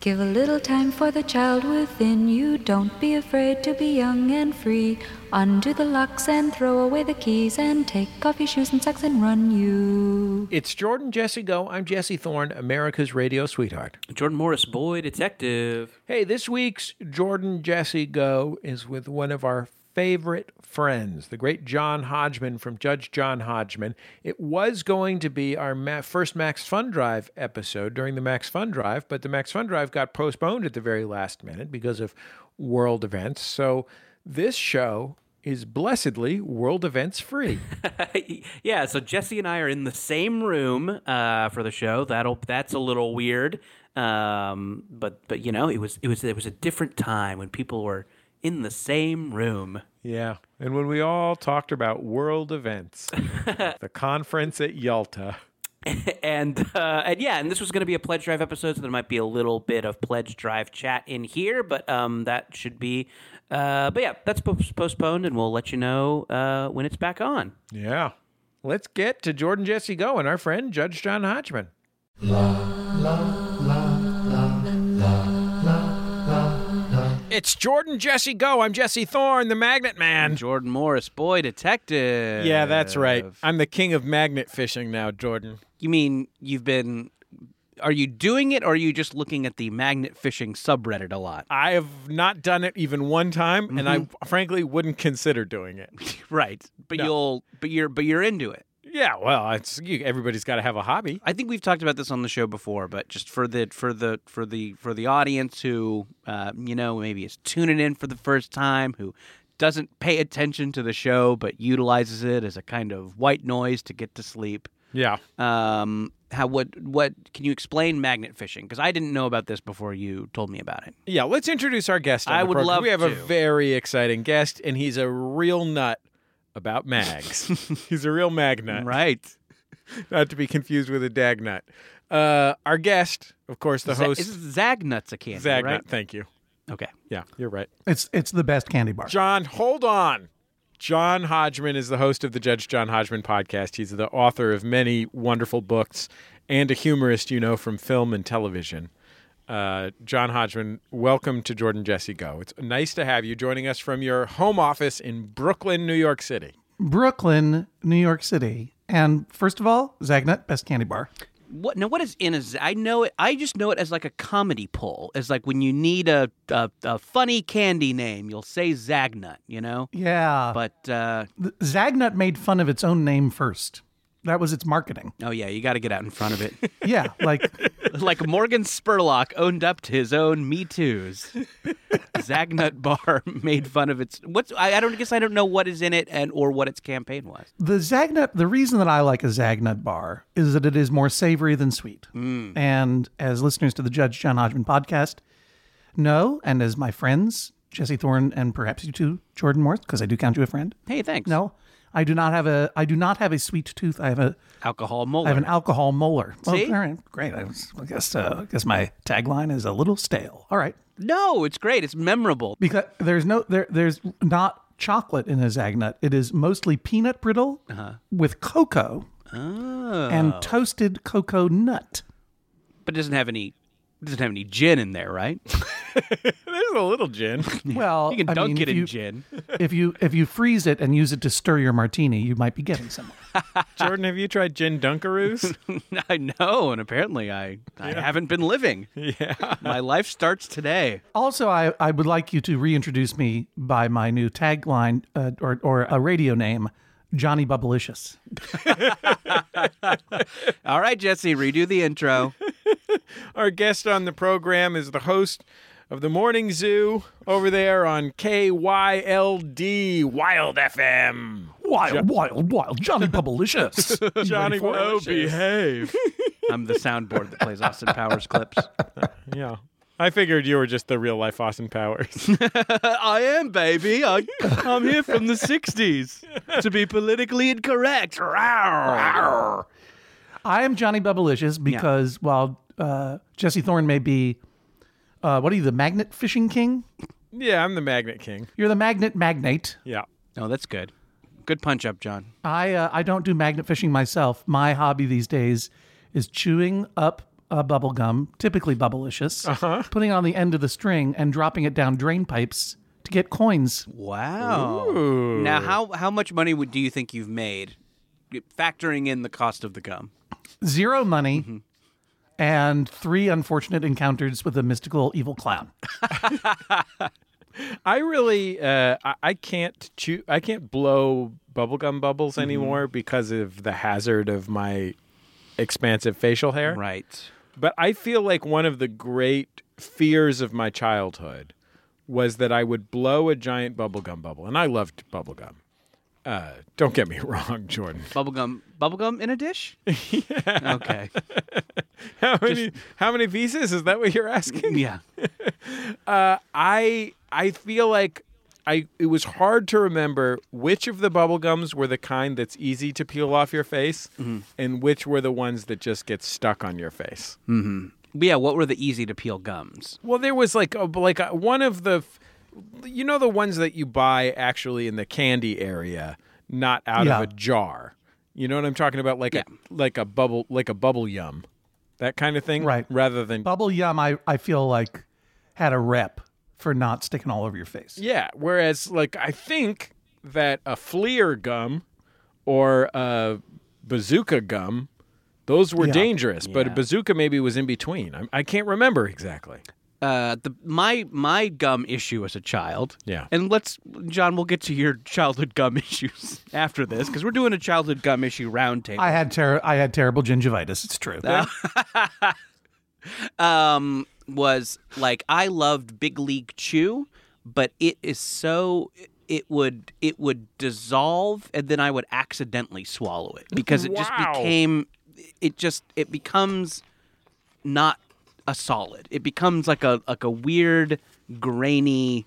Give a little time for the child within you. Don't be afraid to be young and free. Undo the locks and throw away the keys and take off your shoes and socks and run you. It's Jordan Jesse Go. I'm Jesse Thorne, America's radio sweetheart. Jordan Morris, boy detective. Hey, this week's Jordan Jesse Go is with one of our favorite friends, the great John Hodgman from Judge John Hodgman. It was going to be our ma- first Max Fun Drive episode during the Max Fun Drive, but the Max Fun Drive got postponed at the very last minute because of world events. So this show is blessedly world events free. yeah, so Jesse and I are in the same room uh, for the show. That'll that's a little weird, um, but but you know it was it was it was a different time when people were in the same room. Yeah. And when we all talked about world events, the conference at Yalta. and uh, and yeah, and this was going to be a pledge drive episode, so there might be a little bit of pledge drive chat in here, but um, that should be. Uh, but yeah, that's post- postponed, and we'll let you know uh, when it's back on. Yeah. Let's get to Jordan Jesse Go and our friend Judge John Hodgman. It's Jordan Jesse Go. I'm Jesse Thorne, the Magnet Man. Jordan Morris, boy detective. Yeah, that's right. I'm the king of magnet fishing now, Jordan. You mean you've been? Are you doing it, or are you just looking at the magnet fishing subreddit a lot? I have not done it even one time, and I frankly wouldn't consider doing it. Right, but No. you'll, but you're, but you're into it. Yeah, well, it's you, everybody's got to have a hobby. I think we've talked about this on the show before, but just for the for the for the for the audience who uh, you know maybe is tuning in for the first time, who doesn't pay attention to the show but utilizes it as a kind of white noise to get to sleep. Yeah. Um, how what what can you explain magnet fishing? Because I didn't know about this before you told me about it. Yeah, let's introduce our guest. on I the would program. love We have a to. very exciting guest, and he's a real nut about mags. he's a real mag nut, Right. not to be confused with a dag nut. Uh, our guest, of course, the Za- host, is Zagnut's a candy, Zag right? Nut. Thank you. Okay. Yeah, you're right. It's it's the best candy bar. John, hold on. John Hodgman is the host of the Judge John Hodgman podcast. He's the author of many wonderful books and a humorist you know from film and television. Uh, John Hodgman, welcome to Jordan Jesse Go. It's nice to have you joining us from your home office in Brooklyn, New York City. Brooklyn, New York City. And first of all, Zagnut, best candy bar. What now? What is in a? z- I know it. I just know it as like a comedy pull. As like when you need a a, a funny candy name, you'll say Zagnut. You know. Yeah. But uh, But Zagnut made fun of its own name first. That was its marketing. oh yeah, you got to get out in front of it. Yeah, like like Morgan Spurlock owned up to his own Me Too's. Zagnut Bar made fun of its. What's I, I don't guess I don't know what is in it and or what its campaign was. the Zagnut, the reason that I like a Zagnut bar is that it is more savory than sweet. And as listeners to the Judge John Hodgman podcast know, and as my friends, Jesse Thorne and perhaps you too, Jordan Morse, because I do count you a friend. Hey, thanks. No, I do not have a I do not have a sweet tooth. I have a alcohol molar. I have an alcohol molar. Well, See? all right, great. I, was, I guess uh, I guess my tagline is a little stale. All right, no, it's great. It's memorable. because there's no there there's not chocolate in a zagnut. It is mostly peanut brittle Uh-huh. with cocoa Oh. and toasted cocoa nut. But it doesn't have any. Doesn't have any gin in there, right? There's a little gin. Well, You can I dunk mean, it if in you- gin. if you if you freeze it and use it to stir your martini, you might be getting somewhere. Jordan, have you tried gin dunkaroos? I know, and apparently I, I haven't been living. Yeah. My life starts today. Also, I, I would like you to reintroduce me by my new tagline uh, or, or a radio name, Johnny Bubblicious. All right, Jesse, redo the intro. Our guest on the program is the host of the Morning Zoo over there on KYLD Wild FM. Wild, wild, wild, Johnny Bubblicious. Johnny, oh, behave. I'm the soundboard that plays Austin Powers clips. yeah. I figured you were just the real life Austin Powers. I am, baby. I, I'm here from the 60s to be politically incorrect. Rawr. I am Johnny Bubblicious because while uh, Jesse Thorne may be, uh, what are you, the magnet fishing king? yeah, I'm the Magnet King. You're the magnet magnate. Yeah. Oh, that's good. Good punch up, John. I uh, I don't do magnet fishing myself. My hobby these days is chewing up uh, bubble gum, typically bubblicious, putting it on the end of the string and dropping it down drain pipes to get coins. Wow. Now, how how much money would do you think you've made, factoring in the cost of the gum? Zero money. And three unfortunate encounters with a mystical evil clown. I really, uh, I, I can't chew, I can't blow bubblegum bubbles anymore because of the hazard of my expansive facial hair. Right. But I feel like one of the great fears of my childhood was that I would blow a giant bubblegum bubble, and I loved bubblegum. Uh, don't get me wrong, Jordan. Bubblegum bubblegum in a dish? Okay. How many, how many pieces is that? What you're asking? Yeah. I I feel like I it was hard to remember which of the bubble gums were the kind that's easy to peel off your face Mm-hmm. and which were the ones that just get stuck on your face. Yeah, what were the easy to peel gums? Well, there was like a, like a, one of the f- you know the ones that you buy actually in the candy area, not out Yeah. of a jar. You know what I'm talking about like Yeah. a like a bubble like a bubble yum. That kind of thing Right. rather than Bubble Yum, I, I feel like, had a rep for not sticking all over your face. Yeah. Whereas, like, I think that a Fleer gum or a Bazooka gum, those were Yeah. dangerous, but a Yeah. Bazooka maybe was in between. I, I can't remember exactly. Uh, the my my gum issue as a child. Yeah. And let's John, we'll get to your childhood gum issues after this because we're doing a childhood gum issue roundtable. I had ter- I had terrible gingivitis. It's true. um, was like I loved Big League Chew, but it is so it would it would dissolve and then I would accidentally swallow it because it just Wow. became it just it becomes not a solid. It becomes like a like a weird grainy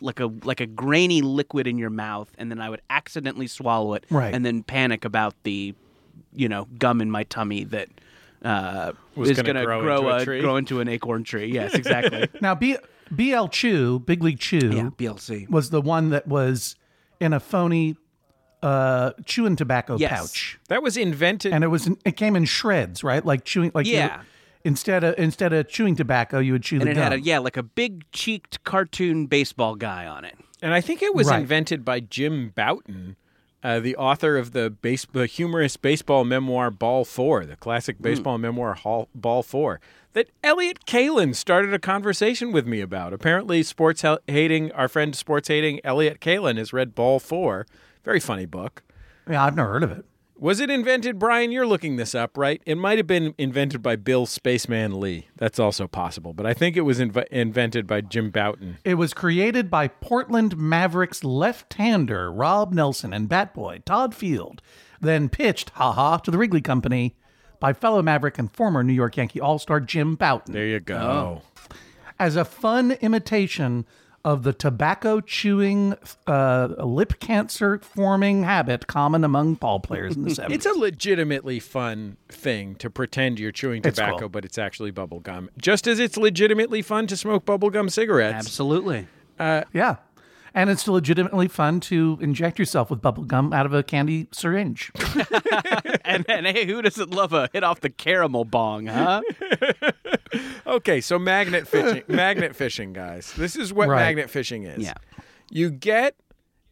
like a like a grainy liquid in your mouth and then I would accidentally swallow it Right. and then panic about the you know gum in my tummy that uh, Was is gonna going to grow grow, into a a, tree. grow into an acorn tree. Yes, exactly. now, B- BL Chew, Big League Chew, yeah, BLC. was the one that was in a phony uh, chewing tobacco Yes. pouch, That was invented. and it was in, it came in shreds, right? Like chewing, like you- Yeah. instead of instead of chewing tobacco, you would chew And the it gum. had a yeah, like a big cheeked cartoon baseball guy on it. and I think it was Right. invented by Jim Boughton. Uh, the author of the base, the humorous baseball memoir Ball Four, the classic baseball memoir Hall, Ball Four, that Elliot Kalin started a conversation with me about. Apparently, sports hel- hating our friend sports hating Elliot Kalin has read Ball Four, very funny book. yeah, I've never heard of it. Was it invented, Brian? You're looking this up, right? It might have been invented by Bill Spaceman Lee. That's also possible, but I think it was inv- invented by Jim Boughton. It was created by Portland Mavericks left-hander Rob Nelson and bat boy Todd Field, then pitched, haha, to the Wrigley Company by fellow Maverick and former New York Yankee All-Star Jim Boughton. There you go. as a fun imitation of the tobacco chewing, uh, lip cancer forming habit common among ball players in the 70s. It's a legitimately fun thing to pretend you're chewing It's tobacco, cool. but it's actually bubble gum. Just as it's legitimately fun to smoke bubblegum cigarettes. Absolutely. yeah. And it's legitimately fun to inject yourself with bubble gum out of a candy syringe. and, and hey, who doesn't love a hit off the caramel bong, huh? Okay, so magnet fishing, magnet fishing, guys. This is what Right. magnet fishing is. Yeah. You get,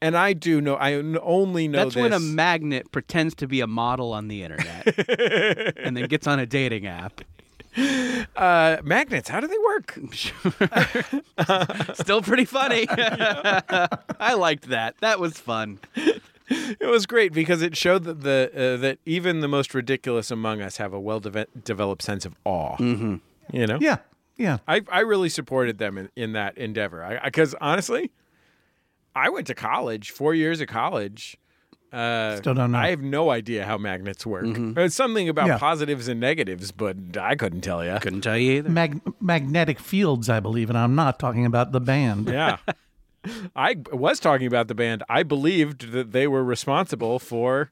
and I do know. I n- only know That's this. when a magnet pretends to be a model on the internet and then gets on a dating app. uh, magnets. How do they work? Still pretty funny. I liked that. That was fun. It was great because it showed that the uh, that even the most ridiculous among us have a well deve- developed sense of awe. Mm-hmm. You know. yeah. Yeah. I, I really supported them in, in that endeavor because honestly, I went to college four years of college. Uh, Still don't know. I have no idea how magnets work. It's something about Yeah. positives and negatives, but I couldn't tell you. Couldn't tell you either. Mag- magnetic fields, I believe, and I'm not talking about the band. Yeah, I was talking about the band. I believed that they were responsible for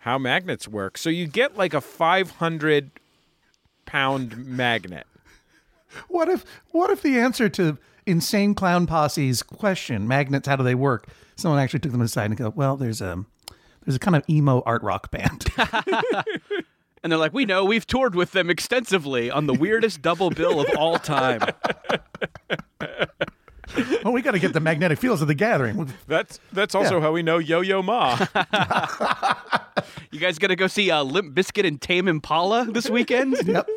how magnets work. So you get like a five hundred pound magnet. What if what if the answer to insane clown posse's question, magnets, how do they work? Someone actually took them aside and go, Well, there's a there's a kind of emo art rock band. And they're like, we know we've toured with them extensively on the weirdest double bill of all time. Well, we got to get the magnetic fields of the gathering. That's that's also how we know Yo Yo Ma. You guys gonna go see uh, Limp Biscuit and Tame Impala this weekend?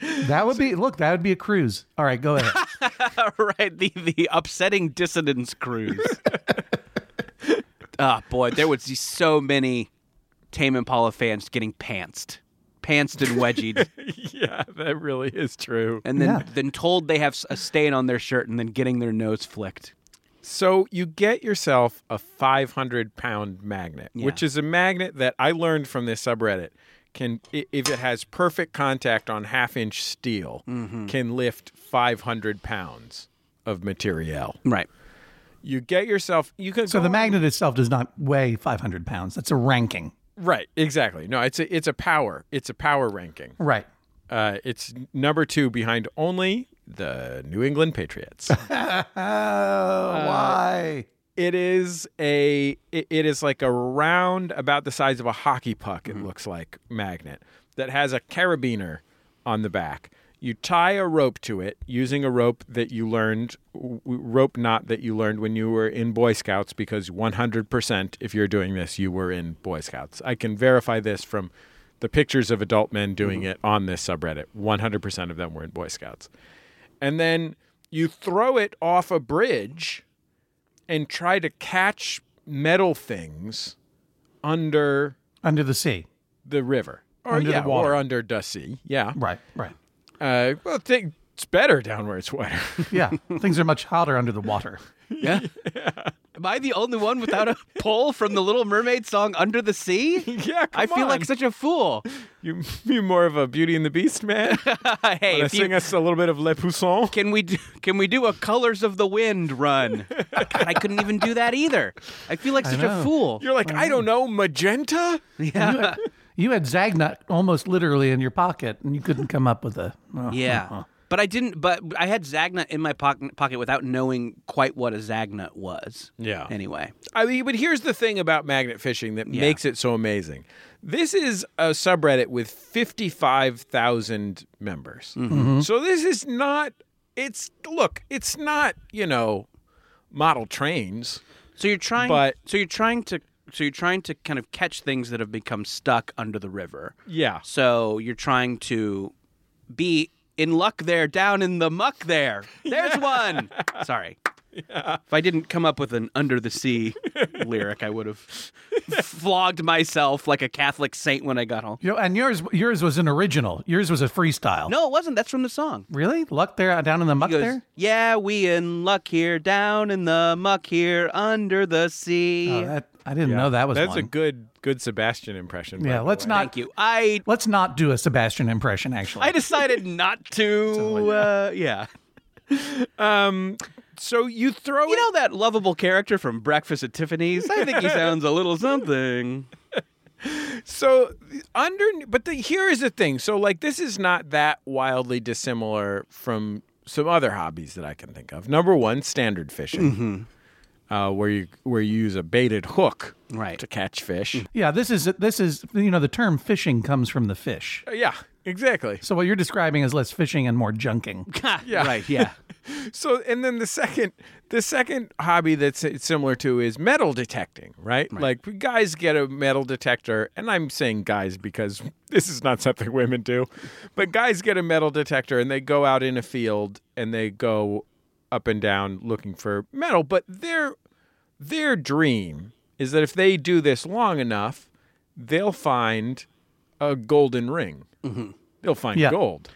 Yep. That would be look. That would be a cruise. All right, go ahead. All right, the the upsetting dissonance cruise. Ah, boy, there would be so many Tame Impala fans getting pantsed, pantsed and wedgied, yeah, that really is true. and then Yeah. then told they have s- a stain on their shirt, and then getting their nose flicked. So you get yourself a 500 pound magnet, which is a magnet that I learned from this subreddit can i- if it has perfect contact on half inch steel Mm-hmm. can lift 500 pounds of material. Right. You get yourself you can So go the on- magnet itself does not weigh 500 pounds. That's a ranking. right exactly no it's a it's a power it's a power ranking. Right. Uh, it's number two behind only the New England Patriots. Oh, why? it is a it, it is like a round about the size of a hockey puck it looks like magnet that has a carabiner on the back you tie a rope to it using a rope that you learned w- w- rope knot that you learned when you were in boy scouts because 100% if you're doing this you were in boy scouts i can verify this from the pictures of adult men doing it on this subreddit 100% of them were in boy scouts and then you throw it off a bridge and try to catch metal things under Uh, Under the sea. the river or Under the yeah, water. or under Dusty. Yeah. Right. Right. Uh, well, think it's better down where it's wetter. Yeah. Things are much hotter under the water. Yeah. Am I the only one without a pull from the Little Mermaid song "Under the Sea"? yeah, I come feel on. like such a fool. you you more of a Beauty and the Beast man. hey, Wanna if you- sing us a little bit of Le Poussin. can we do, can we do a Colors of the Wind run? God, I couldn't even do that either. I feel like such a know. fool. You're like I don't know magenta. yeah. You had Zagnut almost literally in your pocket, and you couldn't come up with a. oh, Yeah. But I didn't. But I had Zagna in my pocket, pocket without knowing quite what a Zagna was. Yeah. Anyway, I mean, but here's the thing about magnet fishing that makes it so amazing. This is a subreddit with 55,000 members. Mm-hmm. Mm-hmm. So this is not, it's, look, it's not, you know, model trains. so you're trying. But- so you're trying to. So you're trying to kind of catch things that have become stuck under the river. Yeah. So you're trying to be in luck there, down in the muck there. There's one. Sorry. If I didn't come up with an under the sea lyric, I would have flogged myself like a Catholic saint when I got home. You know, and yours yours was an original. Yours was a freestyle. No, it wasn't. That's from the song. Really? Luck there uh, down in the muck He goes, there? Yeah, we in luck here, down in the muck here, under the sea. Oh, that, I didn't know that was That's one. a good, good Sebastian impression. by yeah, the let's way. not Thank you. I let's not do a Sebastian impression actually. I decided not to. uh, yeah, So you throw you it. know that lovable character from Breakfast at Tiffany's. I think he sounds a little something. So under, but the, here is the thing. So like, this is not that wildly dissimilar from some other hobbies that I can think of. Number one, standard fishing, uh, where you where you use a baited hook Right. to catch fish. yeah, this is this is you know the term fishing comes from the fish. Uh, Yeah, exactly. So what you're describing is less fishing and more junking. Yeah. Right. Yeah. So and then the second the second hobby that's it's similar to is metal detecting, right? Like guys get a metal detector, and I'm saying guys because this is not something women do, but guys get a metal detector and they go out in a field and they go up and down looking for metal. But their their dream is that if they do this long enough, they'll find a golden ring. They'll find Yeah. gold.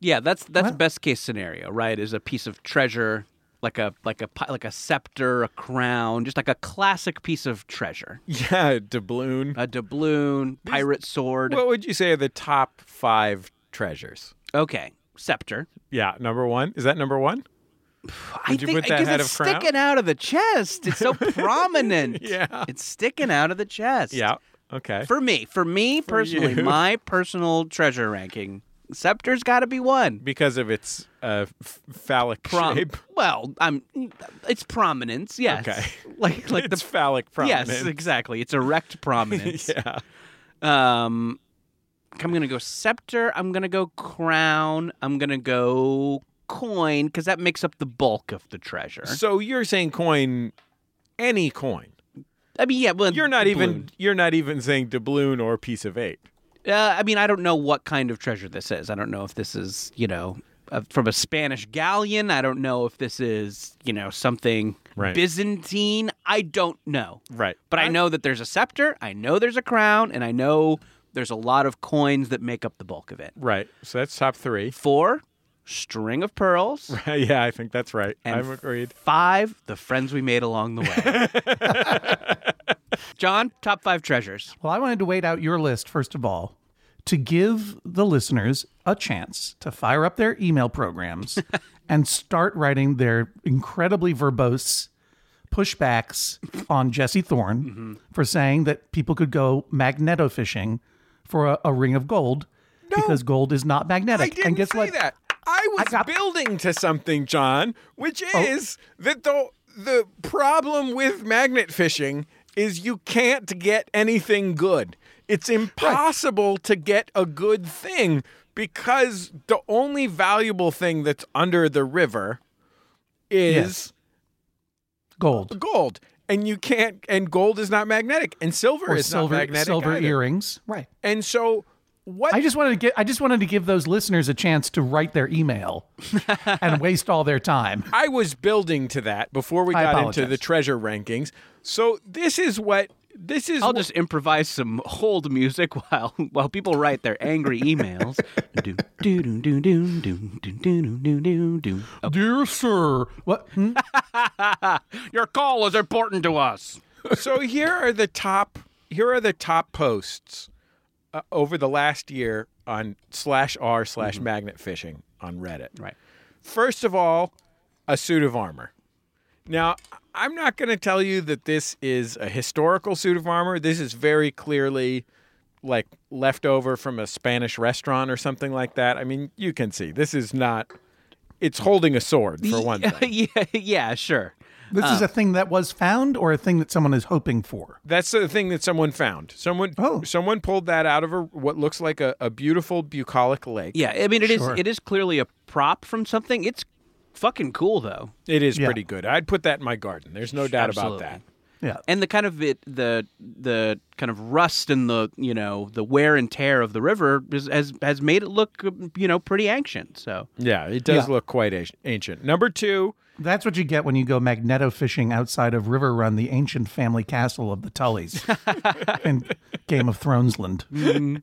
Yeah. That's that's best case scenario, right? Is a piece of treasure. Like a like a pi- like a scepter, a crown, just like a classic piece of treasure, Yeah, doubloon. a doubloon, pirate sword. What would you say are the top five treasures? Okay, scepter. Yeah, number one. Is that number one? I Would you think put that because head it's of crown? sticking out of the chest. It's so prominent. Yeah. It's sticking out of the chest. Yeah. Okay. For me, for me personally, you. my personal treasure ranking, scepter's got to be one. because of its uh, f- phallic Prom- shape. Well, I'm. It's prominence. Yes. Okay. Like like it's the phallic prominence. yes exactly. It's erect prominence. Yeah. Um, I'm gonna go scepter. I'm gonna go crown. I'm gonna go coin because that makes up the bulk of the treasure. So you're saying coin, any coin. I mean, yeah. Well, You're not doubloon. even you're not even saying doubloon or piece of eight. Uh, I mean, I don't know what kind of treasure this is. I don't know if this is, you know, uh, from a Spanish galleon. I don't know if this is, you know, something Right. Byzantine. I don't know. Right. But I, know that there's a scepter. I know there's a crown, and I know there's a lot of coins that make up the bulk of it. Right. So that's top three. Four, string of pearls. yeah, I think that's right. And I'm agreed. Five, the friends we made along the way. John, top five treasures. Well, I wanted to wait out your list, first of all, to give the listeners a chance to fire up their email programs and start writing their incredibly verbose pushbacks on Jesse Thorne Mm-hmm. for saying that people could go magneto fishing for a, a ring of gold because gold is not magnetic. I didn't and guess say what? that. I was building to something, John, which Oh. is that the the problem with magnet fishing is you can't get anything good. It's impossible to get a good thing because the only valuable thing that's under the river is Yes. Gold. gold. And you can't and gold is not magnetic and silver Or is not silver magnetic. silver either. earrings. Right. And so what I just wanted to get I just wanted to give those listeners a chance to write their email and waste all their time. I was building to that before we I got apologize. into the treasure rankings. So this is what this is. I'll just improvise some hold music while while people write their angry emails. do do do do do do do do do do do. Dear sir, what hmm? Your call is important to us. so here are the top. Here are the top posts uh, over the last year on slash r slash magnet fishing on Reddit. Right. First of all, a suit of armor. Now, I'm not going to tell you that this is a historical suit of armor. This is very clearly like leftover from a Spanish restaurant or something like that. I mean, you can see this is not. It's holding a sword for one thing. yeah, yeah, sure. This is a thing that was found or a thing that someone is hoping for? That's the thing that someone found. Someone Oh. someone pulled that out of a, what looks like a, a beautiful bucolic lake. Yeah, I mean it is Sure. it is clearly a prop from something. It's fucking cool though. It is Yeah. pretty good. I'd put that in my garden. There's no doubt Absolutely. about that. Yeah. And the kind of it, the the kind of rust and the you know the wear and tear of the river is, has has made it look you know pretty ancient. So Yeah, it does Yeah. look quite a- ancient. Number 2, That's what you get when you go magneto fishing outside of River Run, the ancient family castle of the Tullys in Game of Thronesland.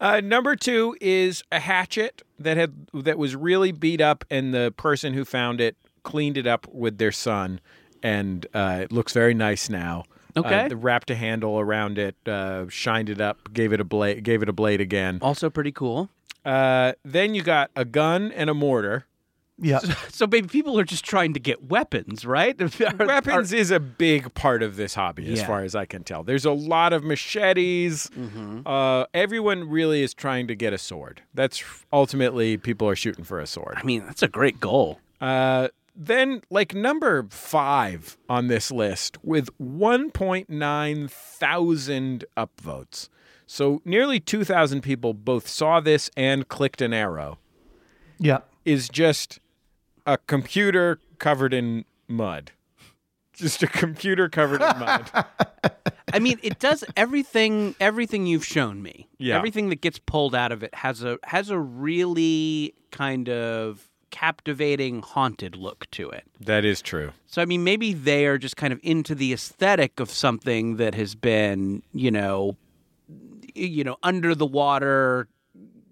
Uh, number two is a hatchet that had that was really beat up, and the person who found it cleaned it up with their son, and uh, it looks very nice now. Okay. uh, they wrapped a handle around it, uh, shined it up, gave it a blade, gave it a blade again. also pretty cool. Uh, then you got a gun and a mortar. Yeah. So baby, people are just trying to get weapons, right? Are- Weapons is a big part of this hobby, as Yeah. far as I can tell. There's a lot of machetes. Mm-hmm. Uh, everyone really is trying to get a sword. That's ultimately people are shooting for a sword. I mean, that's a great goal. Uh, then, like number five on this list with 1.9 thousand upvotes. So, nearly 2,000 people both saw this and clicked an arrow. Yeah. Is just a computer covered in mud. Just a computer covered in mud. I mean, it does everything. Everything you've shown me, Yeah. everything that gets pulled out of it has a has a really kind of captivating, haunted look to it. that is true. So I mean, maybe they are just kind of into the aesthetic of something that has been, you know, you know, under the water,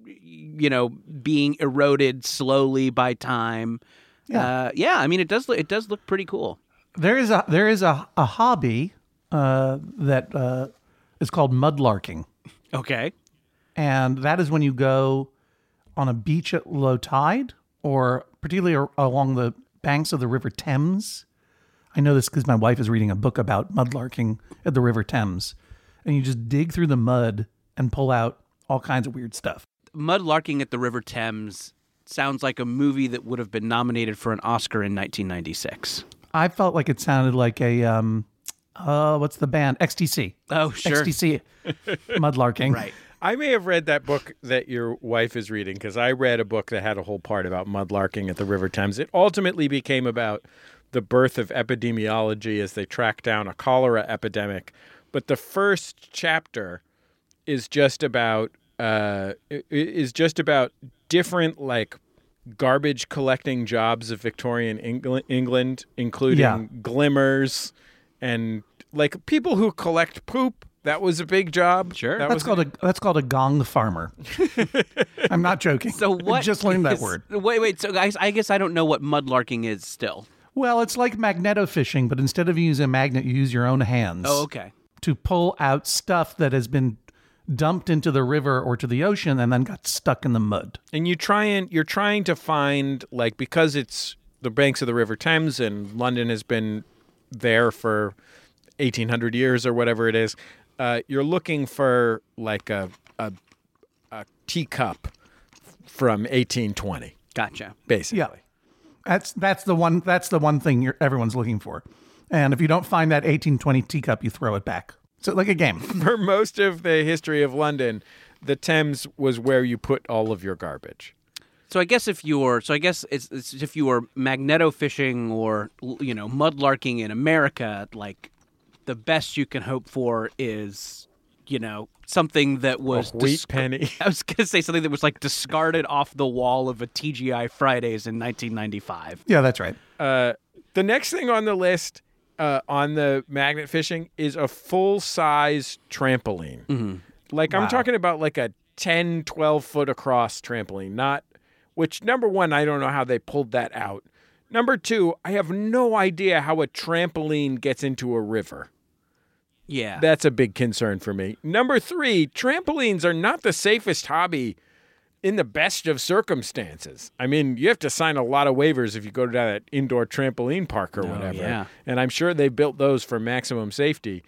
you know, being eroded slowly by time. Yeah, uh, yeah. I mean, it does. Look, it does look pretty cool. There is a there is a, a hobby uh, that uh, is called mudlarking. Okay. And that is when you go on a beach at low tide or particularly ar- along the banks of the River Thames. I know this because my wife is reading a book about mudlarking at the River Thames. And you just dig through the mud and pull out all kinds of weird stuff. Mudlarking at the River Thames sounds like a movie that would have been nominated for an Oscar in 1996. I felt like it sounded like a, um, uh, what's the band? XTC. Oh, sure. XTC mudlarking. Right. I may have read that book that your wife is reading because I read a book that had a whole part about mudlarking at the River Thames. It ultimately became about the birth of epidemiology as they track down a cholera epidemic. But the first chapter is just about uh, i- i- is just about different like garbage collecting jobs of Victorian Engl- England, including Yeah. glimmers and like people who collect poop. That was a big job. Sure. That That's was called a that's called a gong farmer. I'm not joking. So I what? just learned that is- word. Wait, wait. So guys, I guess I don't know what mudlarking is still. Well, it's like magnetofishing, but instead of using a magnet, you use your own hands Oh, okay. to pull out stuff that has been dumped into the river or to the ocean and then got stuck in the mud. and you try and you're trying to find like because it's the banks of the river thames and london has been there for 1800 years or whatever it is uh, you're looking for like a, a, a teacup from 1820 Gotcha. basically Yeah. That's that's the one that's the one thing you're, everyone's looking for. And if you don't find that 1820 teacup, you throw it back. So like a game. for most of the history of london the thames was where you put all of your garbage So I guess if you were, so I guess it's, it's if you were magneto fishing or you know mudlarking in America, like the best you can hope for is you know something that was wheat dis- penny. I was gonna say something that was like discarded off the wall of a TGI Fridays in 1995. Yeah, that's right. Uh, the next thing on the list uh, on the magnet fishing is a full size trampoline. Like I'm talking about like a 10, 12 foot across trampoline, not which number one, I don't know how they pulled that out. Number two, I have no idea how a trampoline gets into a river. Yeah. That's a big concern for me. Number three, trampolines are not the safest hobby in the best of circumstances. I mean, you have to sign a lot of waivers if you go to that indoor trampoline park or whatever. yeah. And I'm sure they built those for maximum safety.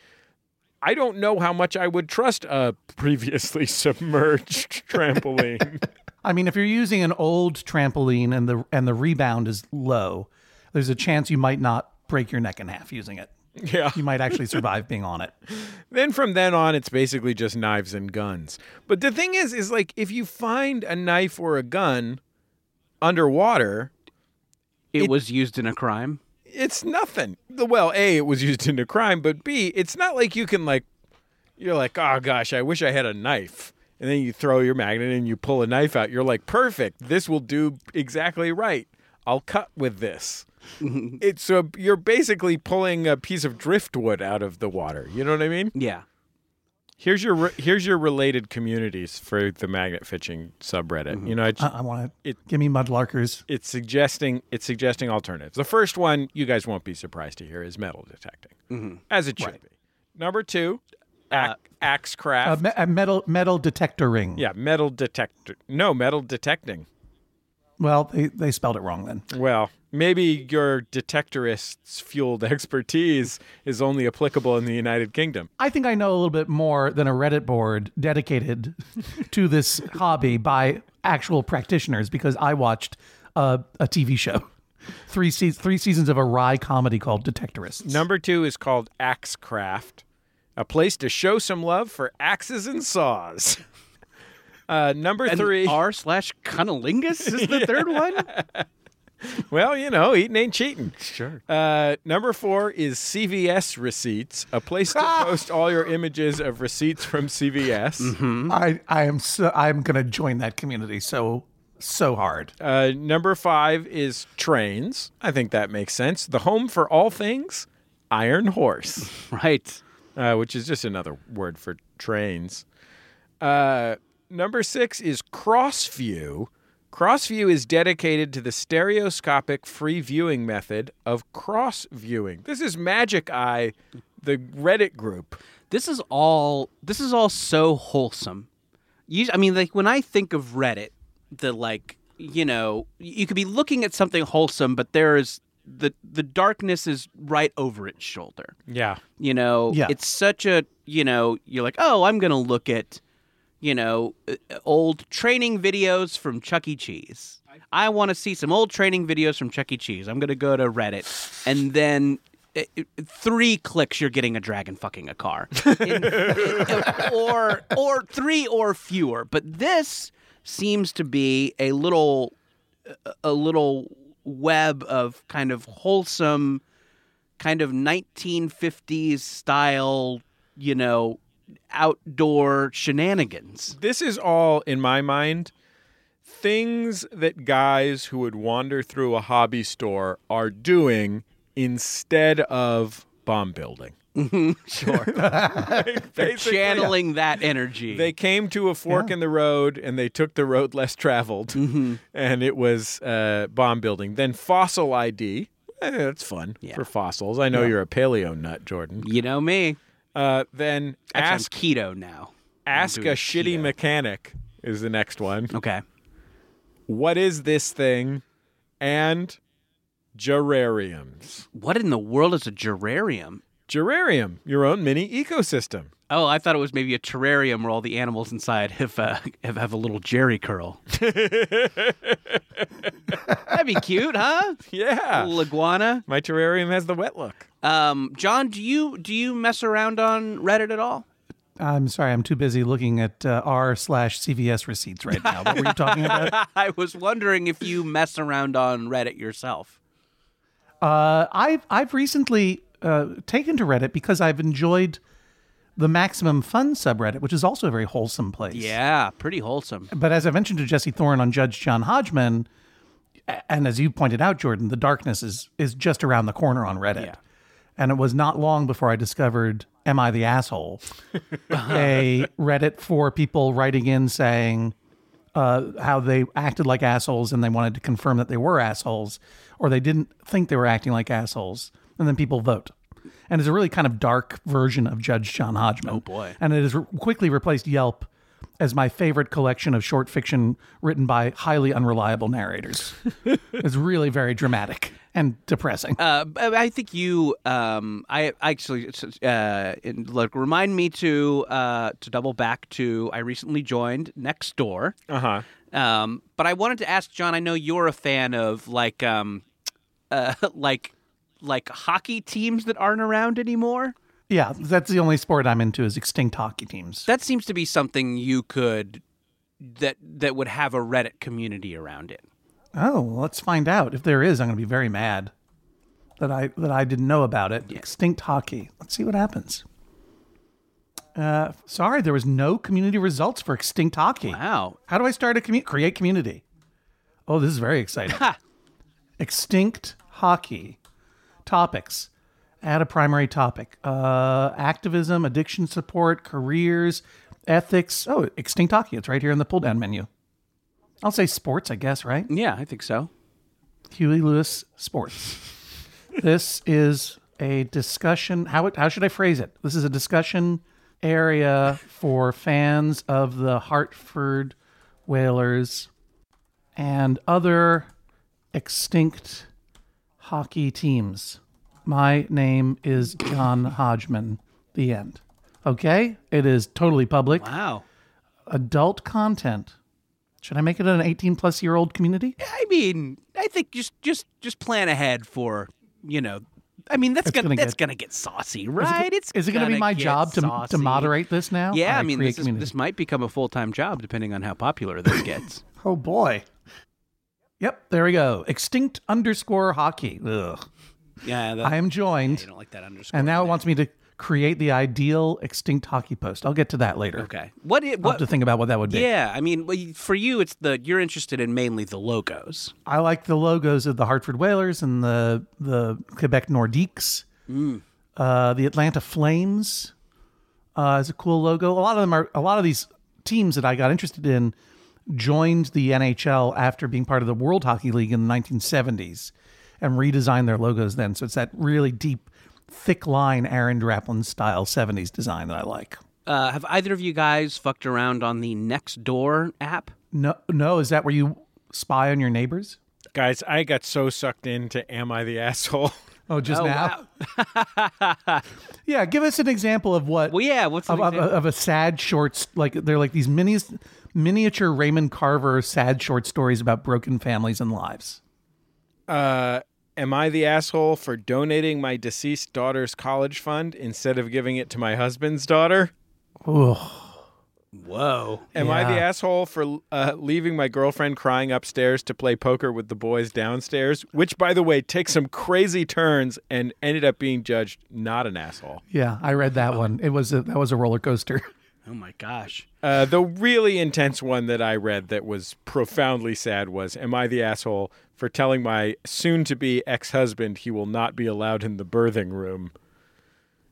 I don't know how much I would trust a previously submerged trampoline. I mean, if you're using an old trampoline and the and the rebound is low, there's a chance you might not break your neck in half using it. yeah. You might actually survive being on it. Then from then on, it's basically just knives and guns. But the thing is, is like if you find a knife or a gun underwater, it was used in a crime. it's nothing. The- Well, A, it was used in a crime, but B, it's not like you can like you're like, oh gosh, I wish I had a knife. And then you throw your magnet and you pull a knife out. You're like, perfect. This will do exactly right. I'll cut with this. it's so you're basically pulling a piece of driftwood out of the water. You know what I mean? Yeah. Here's your re- here's your related communities for the magnet fishing subreddit. You know, I I, I want to It- give me mudlarkers. it's suggesting it's suggesting alternatives. The first one you guys won't be surprised to hear is metal detecting, as it should be. Number two, ac- axe A, craft. uh, me- a metal metal detector ring. yeah, metal detector. No, metal detecting. Well, they, they spelled it wrong then. Well, maybe your detectorist's fueled expertise is only applicable in the United Kingdom. I think I know a little bit more than a Reddit board dedicated to this hobby by actual practitioners because I watched uh, a TV show, three se- three seasons of a wry comedy called Detectorists. Number two is called axe craft, a place to show some love for axes and saws. Uh, number And three. R slash cunnilingus is the third one. Well, you know, eating ain't cheating. Sure. Uh, number four is CVS receipts, a place to post all your images of receipts from CVS. I I am so I'm gonna join that community so so hard. Uh, number five is trains. I think that makes sense. The home for all things, Iron Horse, Right. uh, which is just another word for trains. Uh, number six is Crossview. Crossview is dedicated to the stereoscopic free viewing method of cross viewing. This is Magic Eye, the Reddit group. this is all this is all so wholesome. You, I mean, like when I think of Reddit, the like you know you could be looking at something wholesome, but there is the the darkness is right over its shoulder. Yeah. You know, Yeah. it's such a you know you're like oh I'm gonna look at you know uh, old training videos from Chuck E. Cheese. I want to see some old training videos from Chuck E. Cheese. I'm gonna go to Reddit, and then i- i- three clicks you're getting a dragon fucking a car, In- or or three or fewer. But this seems to be a little a little web of kind of wholesome, kind of 1950s style, you know, outdoor shenanigans. This is all, in my mind, things that guys who would wander through a hobby store are doing instead of bomb building. Sure. They're Basically, channeling that energy. They came to a fork in the road and they took the road less traveled, and it was uh, bomb building. Then fossil ID. Eh, that's fun Yeah. for fossils. I know you're a paleo nut, Jordan. you know me. Uh, then Actually, ask I'm keto now. ask a doing shitty keto. mechanic is the next one. Okay. What is this thing? And gerariums. What in the world is a gerarium? Gerarium, your own mini ecosystem. Oh, I thought it was maybe a terrarium where all the animals inside have uh, have, have a little jerry curl. That'd be cute, huh? Yeah. Little iguana. My terrarium has the wet look. Um, John, do you do you mess around on Reddit at all? I'm sorry, I'm too busy looking at uh, r slash CVS receipts right now. What were you talking about? I was wondering if you mess around on Reddit yourself. Uh, I've I've recently uh, taken to Reddit because I've enjoyed the Maximum Fun subreddit, which is also a very wholesome place. Yeah, pretty wholesome. But as I mentioned to Jesse Thorne on Judge John Hodgman, a- and as you pointed out, Jordan, the darkness is is just around the corner on Reddit. Yeah. And it was not long before I discovered Am I the Asshole? a Reddit for people writing in saying uh, how they acted like assholes and they wanted to confirm that they were assholes or they didn't think they were acting like assholes. And then people vote. And it's a really kind of dark version of Judge John Hodgman. Oh, boy. And it has re- quickly replaced Yelp as my favorite collection of short fiction written by highly unreliable narrators. it's really very dramatic and depressing. Uh, but I think you. Um, I I actually. Uh, and look, remind me to uh, to double back to. I recently joined Next Door. Uh huh. Um, but I wanted to ask John. I know you're a fan of like um, uh, like like hockey teams that aren't around anymore. yeah, that's the only sport I'm into is extinct hockey teams. That seems to be something you could that that would have a Reddit community around it. Oh, well, let's find out. If there is, I'm going to be very mad that I that I didn't know about it. Extinct hockey. Let's see what happens. Uh, sorry, there was no community results for extinct hockey. Wow. How do I start a commu- create community? Oh, this is very exciting. Extinct hockey topics. Add a primary topic: uh, activism, addiction support, careers, ethics. Oh, extinct hockey. It's right here in the pull-down menu. I'll say sports, I guess. Right? Yeah, I think so. Huey Lewis Sports. this is a discussion. How it, how should I phrase it? This is a discussion area for fans of the Hartford Whalers and other extinct hockey teams. My name is John Hodgman. The end. Okay, it is totally public. Wow. Adult content. Should I make it an 18 plus year old community? I mean, I think just just just plan ahead for you know. I mean, that's gonna, gonna that's get- gonna get saucy, right? it's Is it going to be my get job to, saucy. to moderate this now? Yeah, Or I mean, create this, is, community? this might become a full time job depending on how popular this gets. oh boy. Yep, there we go. Extinct underscore hockey. Ugh. yeah, that, I am I joined, don't like that underscore. and now it wants me to create the ideal extinct hockey post. I'll get to that later. okay, what? It, I'll have what to think about what that would be. yeah, I mean, well, you- for you, it's the you're interested in mainly the logos. I like the logos of the Hartford Whalers and the the Quebec Nordiques. Uh, the Atlanta Flames uh, is a cool logo. A lot of them are a lot of these teams that I got interested in joined the NHL after being part of the World Hockey League in the 1970s and redesigned their logos then. So it's that really deep, thick line Aaron Draplin style 70s design that I like. Uh, have either of you guys fucked around on the Next Door app? No, no, is that where you spy on your neighbors? Guys, I got so sucked into Am I the Asshole? Oh, just Oh, now. wow. Yeah, give us an example of what. Well, yeah. What's the of, of, uh, of a sad shorts like they're like these mini miniature Raymond Carver sad short stories about broken families and lives. Uh, Am I the asshole for donating my deceased daughter's college fund instead of giving it to my husband's daughter? Ugh. Whoa. Am I the Yeah. asshole for uh, leaving my girlfriend crying upstairs to play poker with the boys downstairs? Which, by the way, takes some crazy turns and ended up being judged not an asshole. Yeah, I read that one. It was a, that was a roller coaster. Oh my gosh. Uh, the really intense one that I read that was profoundly sad was Am I the asshole for telling my soon to be ex husband he will not be allowed in the birthing room?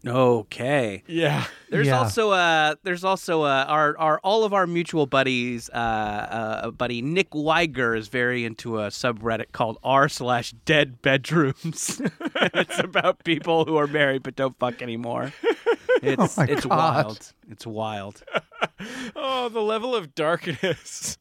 Okay. Yeah. There's Yeah. also uh there's also uh our our all of our mutual buddies uh, uh buddy Nick Weiger is very into a subreddit called r slash dead bedrooms. it's about people who are married but don't fuck anymore. It's Oh my it's God. wild. It's wild. Oh, the level of darkness.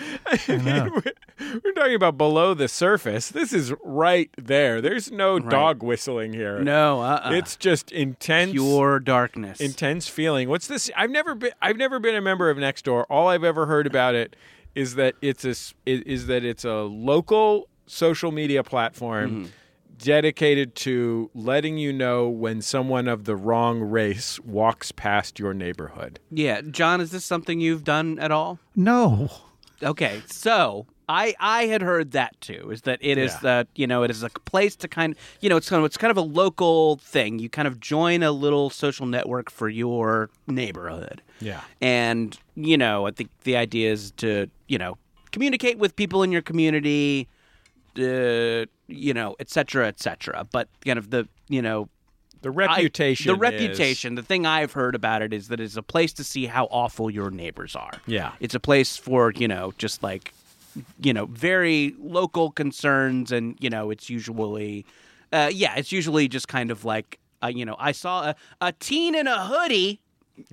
I mean, we're, we're talking about below the surface. This is right there. There's no dog whistling here. No, uh-uh. It's just intense pure darkness. intense feeling. What's this? I've never been I've never been a member of Nextdoor. All I've ever heard about it is that it's a s- i- is that it's a local social media platform Mm-hmm. dedicated to letting you know when someone of the wrong race walks past your neighborhood. yeah, John, is this something you've done at all? No. Okay, so I I had heard that too. Is that it is Yeah. that you know it is a place to kind you know it's kind of it's kind of a local thing. You kind of join a little social network for your neighborhood. Yeah. and you know I think the idea is to you know communicate with people in your community, uh, you know, et cetera, et cetera. But kind of the you know The I- reputation the is- reputation. The thing I've heard about it is that it's a place to see how awful your neighbors are. Yeah. It's a place for, you know, just like, you know, very local concerns. And, you know, it's usually, uh, yeah, it's usually just kind of like, uh, you know, I saw a, a teen in a hoodie,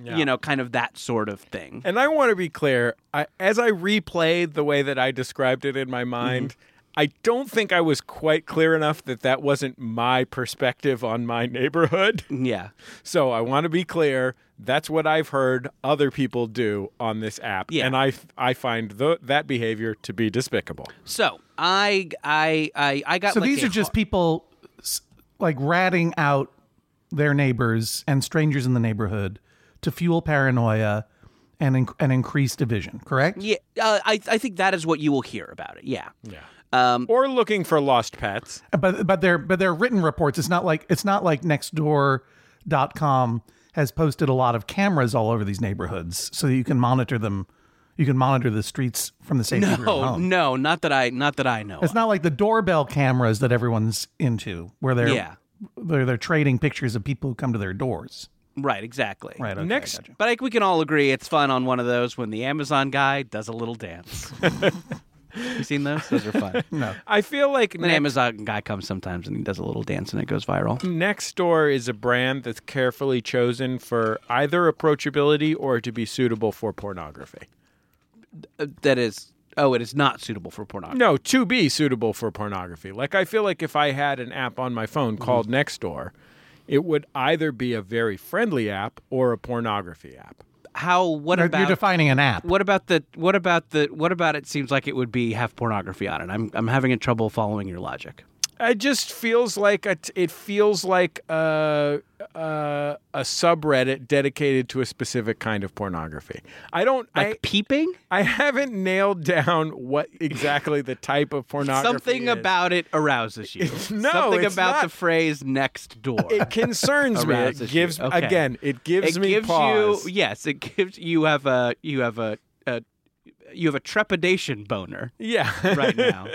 you know, kind of that sort of thing. And I want to be clear, I, as I replayed the way that I described it in my Mm-hmm. mind, I don't think I was quite clear enough that that wasn't my perspective on my neighborhood. Yeah. So I want to be clear, that's what I've heard other people do on this app Yeah. and I I find tho- that behavior to be despicable. So I, I, I, I got So like these a are just har- people s- like ratting out their neighbors and strangers in the neighborhood to fuel paranoia and inc- and increase division. Correct? yeah, uh, I, I think that is what you will hear about it. Yeah. Yeah. Mm. Um, Or looking for lost pets. but but they're but they're written reports. It's not like it's not like nextdoor.com has posted a lot of cameras all over these neighborhoods so that you can monitor them. You can monitor the streets from the safety of your oh, home. no, not that I, not that I know. of. It's not like the doorbell cameras that everyone's into where they're Yeah. where they're trading pictures of people who come to their doors. Right, exactly. Right. Okay, Next- I got you. But I think we can all agree it's fun on one of those when the Amazon guy does a little dance. you seen those? Those are fun. I feel like An Amazon guy comes sometimes and he does a little dance and it goes viral. Nextdoor is a brand that's carefully chosen for either approachability or to be suitable for pornography. Uh, That is, oh, it is not suitable for pornography. No, to be suitable for pornography. Like I feel like if I had an app on my phone Mm-hmm. called Nextdoor, it would either be a very friendly app or a pornography app. How? What You're, about? you're defining an app. what about the? What about the? What about it? Seems like it would be half pornography on it. I'm I'm having trouble following your logic. It just feels like a t- it feels like a, a a subreddit dedicated to a specific kind of pornography. I don't Like peeping? I I haven't nailed down what exactly the type of pornography Something is. about it arouses you. no, something it's about not. the phrase "next door." it concerns me. aroused It issue. gives Okay. again. It gives it me gives pause. you yes it gives you have a you have a, a you have a trepidation boner yeah. right now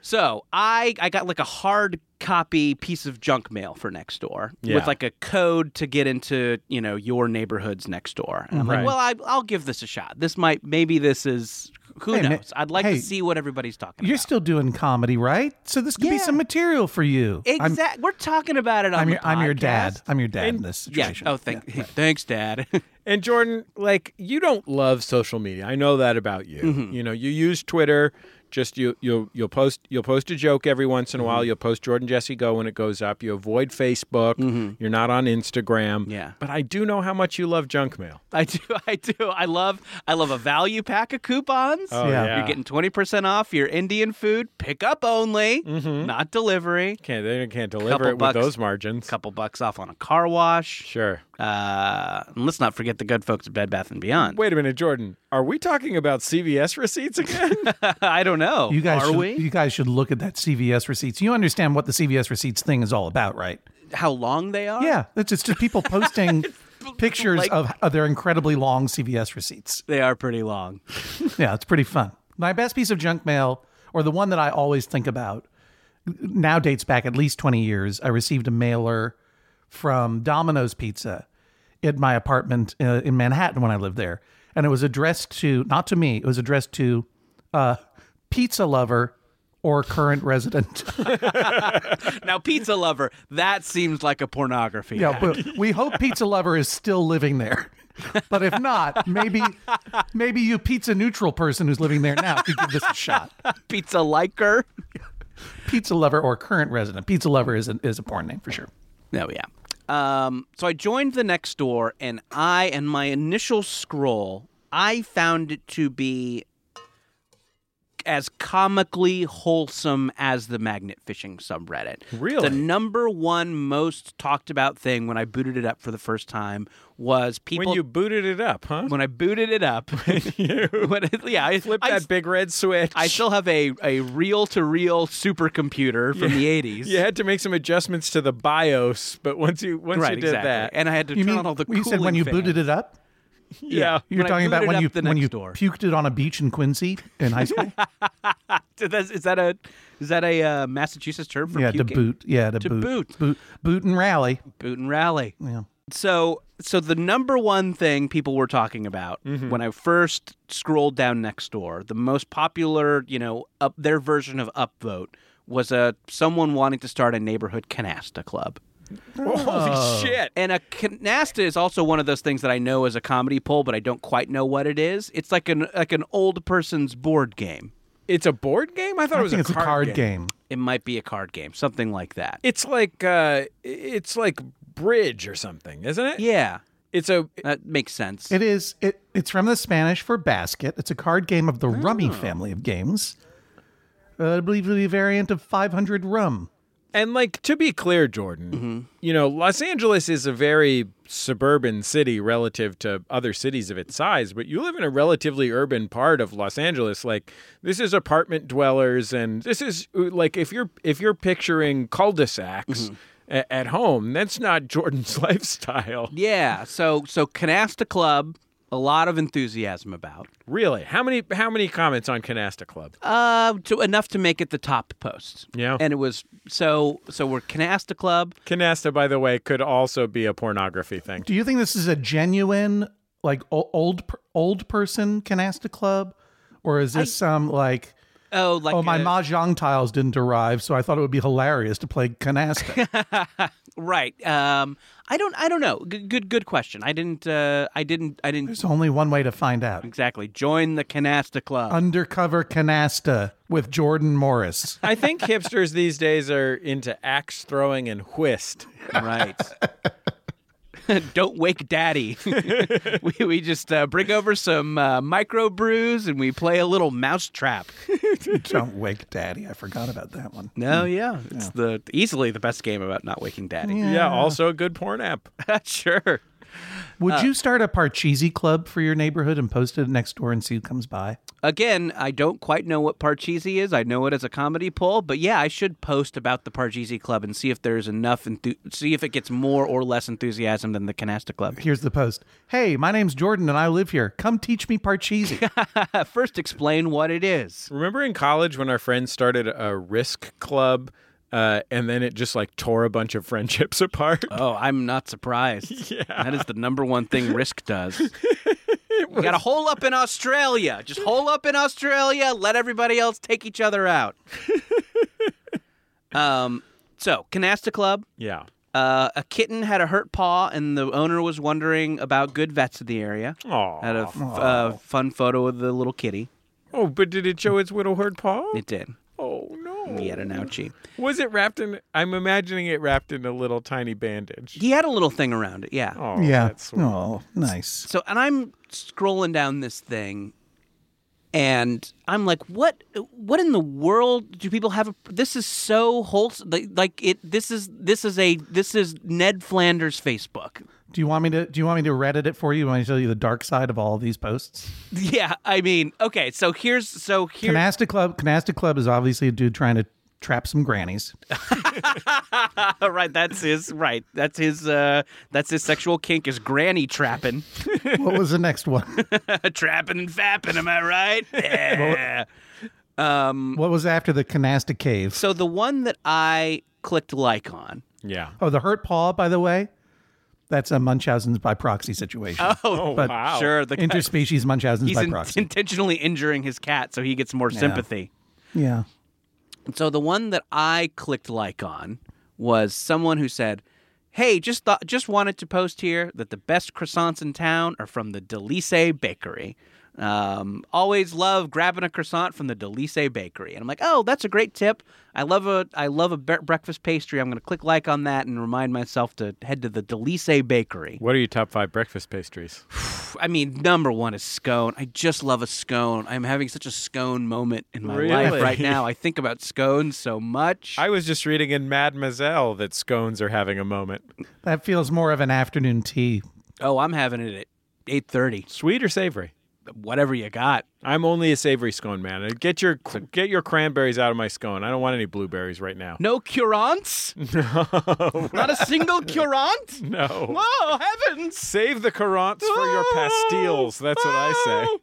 so i i got like a hard copy piece of junk mail for next door Yeah. with like a code to get into you know your neighborhood's next door and i'm Right. like well I, i'll give this a shot this might maybe this is who Hey, ma- knows i'd like hey, to see what everybody's talking You're about still doing comedy, right? So this could be Yeah. some material for you. I'm- exactly we're talking about it on I'm, the your I'm your podcast. dad. I'm your dad in this yeah situation. oh thank, thanks dad And Mm-hmm. Jordan, like you don't love social media. I know that about you. You know, you use Twitter Just you you'll you'll post you'll post a joke every once in a while. You'll post Jordan Jesse Go when it goes up. You avoid Facebook. You're not on Instagram. Yeah. But I do know how much you love junk mail. I do, I do. I love, I love a value pack of coupons. Oh, Yeah. yeah. You're getting twenty percent off your Indian food pickup only, Mm-hmm. not delivery. can't they can't deliver Couple it with bucks. those margins. Couple bucks off on a car wash. Sure. Uh, and let's not forget the good folks at Bed Bath and Beyond. Wait a minute, Jordan. Are we talking about CVS receipts again? I don't know. You guys, are should, we? you guys should look at that CVS receipts. You understand what the CVS receipts thing is all about, right? How long they are? Yeah, it's just, just people posting pictures like- of, of their incredibly long CVS receipts. they are pretty long. Yeah, it's pretty fun. My best piece of junk mail, or the one that I always think about, now dates back at least 20 years. I received a mailer from Domino's Pizza at my apartment uh, in Manhattan when I lived there. And it was addressed to, not to me, it was addressed to uh, pizza lover or current resident. Now, pizza lover, that seems like a pornography. Yeah, but we hope Pizza Lover is still living there. But if not, maybe maybe you pizza neutral person who's living there now could give this a shot. Pizza liker. Pizza Lover or current resident. Pizza Lover is a, is a porn name for sure. No, yeah. Um, so I joined the next door, and I and my initial scroll, I found it to be as comically wholesome as the magnet fishing subreddit. Really? the number one most talked about thing when I booted it up for the first time was people. when you booted it up, huh? when I booted it up, when it- yeah, I Flip I that big red switch. I still have a, a reel to reel supercomputer from the 80s. You had to make some adjustments to the BIOS, but once you once right, you did exactly. that, And I had to You turn mean on all the you said cooling when you fans. booted it up? yeah, You're When I talking about booted when up you the when next you door. puked it on a beach in Quincy in high school. Is that- Is that a is that a uh, Massachusetts term for yeah, to puking? boot. Yeah, to, To boot. boot. boot. Boot and rally. boot and rally. Yeah. So so the number one thing people were talking about Mm-hmm. when I first scrolled down next door, the most popular, you know, up their version of upvote was a someone wanting to start a neighborhood canasta club. holy Oh. shit! And a canasta is also one of those things that I know is a comedy poll, but I don't quite know what it is. It's like an like an old person's board game. It's a board game. I thought it I was think it's a card, game. It might be a card game, something like that. It's like uh, it's like bridge or something, isn't it? yeah, It's a that makes sense. It is. It it's from the Spanish for basket. It's a card game of the Rummy Oh. family of games. Uh, I believe it'll be a variant of 500 Rum. and like to be clear, Jordan. You know, Los Angeles is a very suburban city relative to other cities of its size, but you live in a relatively urban part of Los Angeles. Like this is apartment dwellers, and this is uh, like if you're if you're picturing cul-de-sacs. a- At home, that's not Jordan's lifestyle. Yeah, so so Canasta Club, a lot of enthusiasm about. Really? How many how many comments on Canasta Club? Uh, to, enough to make it the top post. Yeah. and it was so so we're Canasta Club. Canasta, by the way, could also be a pornography thing. Do you think this is a genuine like o- old per- old person canasta club, or is this some like? Oh, like oh, my a- mahjong tiles didn't arrive, so I thought it would be hilarious to play canasta. right. Um, I don't I don't know. Good good good question. I didn't uh I didn't I didn't There's only one way to find out. exactly join the Canasta Club. Undercover canasta with Jordan Morris. I think hipsters these days are into axe throwing and whist. right. Don't wake daddy. we, we just uh, bring over some uh, micro brews and we play a little mousetrap. Don't wake daddy. I forgot about that one. No, Hmm. yeah, it's the easily the best game about not waking daddy. Yeah, also a good porn app. sure. Uh, Would you start a Parcheesi club for your neighborhood and post it next door and see who comes by? Again, I don't quite know what Parcheesi is. I know it as a comedy poll, but yeah, I should post about the Parcheesi Club and see if there's enough, enthu- see if it gets more or less enthusiasm than the Canasta Club. Here's the post. Hey, my name's Jordan and I live here. Come teach me Parcheesi. First, explain what it is. Remember in college when our friends started a risk club uh, and then it just like tore a bunch of friendships apart? Oh, I'm not surprised. yeah. That is the number one thing Risk does. We got to hole up in Australia. Just hole up in Australia. Let everybody else take each other out. um, so, Canasta Club. Yeah. Uh, a kitten had a hurt paw, and the owner was wondering about good vets in the area. Aw. Had a f- uh, fun photo of the little kitty. Oh, Oh, but did it show its whittle herd paw? It did. oh no. He had an ouchie. Was it wrapped in? I'm imagining it wrapped in a little tiny bandage. He had a little thing around it. Yeah. Oh, yeah. That's sweet. Oh, nice. So, and I'm scrolling down this thing, and I'm like, "What? What in the world do people have? A, this is so wholesome. Like, like it. This is this is a this is Ned Flanders Facebook. Do you want me to? Do you want me to Reddit it for you? Want me to show you the dark side of all of these posts? Yeah. I mean, okay. So here's so here. Canasta Club. Canasta Club is obviously a dude trying to trap some grannies. right. That's his. Right. That's his. Uh. That's his sexual kink is granny trapping, what was the next one? trapping and fapping. Am I right? Yeah. what was after the Canasta Cave? so the one that I clicked like on. Yeah. Oh, the hurt paw, by the way. That's a Munchausen's by proxy situation. Oh But wow. Sure. The Interspecies Munchausen's He's by in- proxy. intentionally injuring his cat so he gets more sympathy. yeah. And so the one that I clicked like on was someone who said, "Hey, just thought, just wanted to post here that the best croissants in town are from the Delice Bakery." Um, always love grabbing a croissant from the Delice Bakery, and I'm like, "Oh, that's a great tip. I love a I love a bre- breakfast pastry. I'm going to click like on that and remind myself to head to the Delice Bakery." What are your top five breakfast pastries? I mean, number one is scone. I just love a scone. I'm having such a scone moment in my life Really? right now. I think about scones so much. I was just reading in Mademoiselle that scones are having a moment. That feels more of an afternoon tea. oh, I'm having it at eight thirty. Sweet or savory? Whatever you got. I'm only a savory scone man. Uh, Get your get your cranberries out of my scone. I don't want any blueberries right now. No curants. No. Not a single curant. No. Whoa, heavens! Save the currants for your pastilles. That's what I say.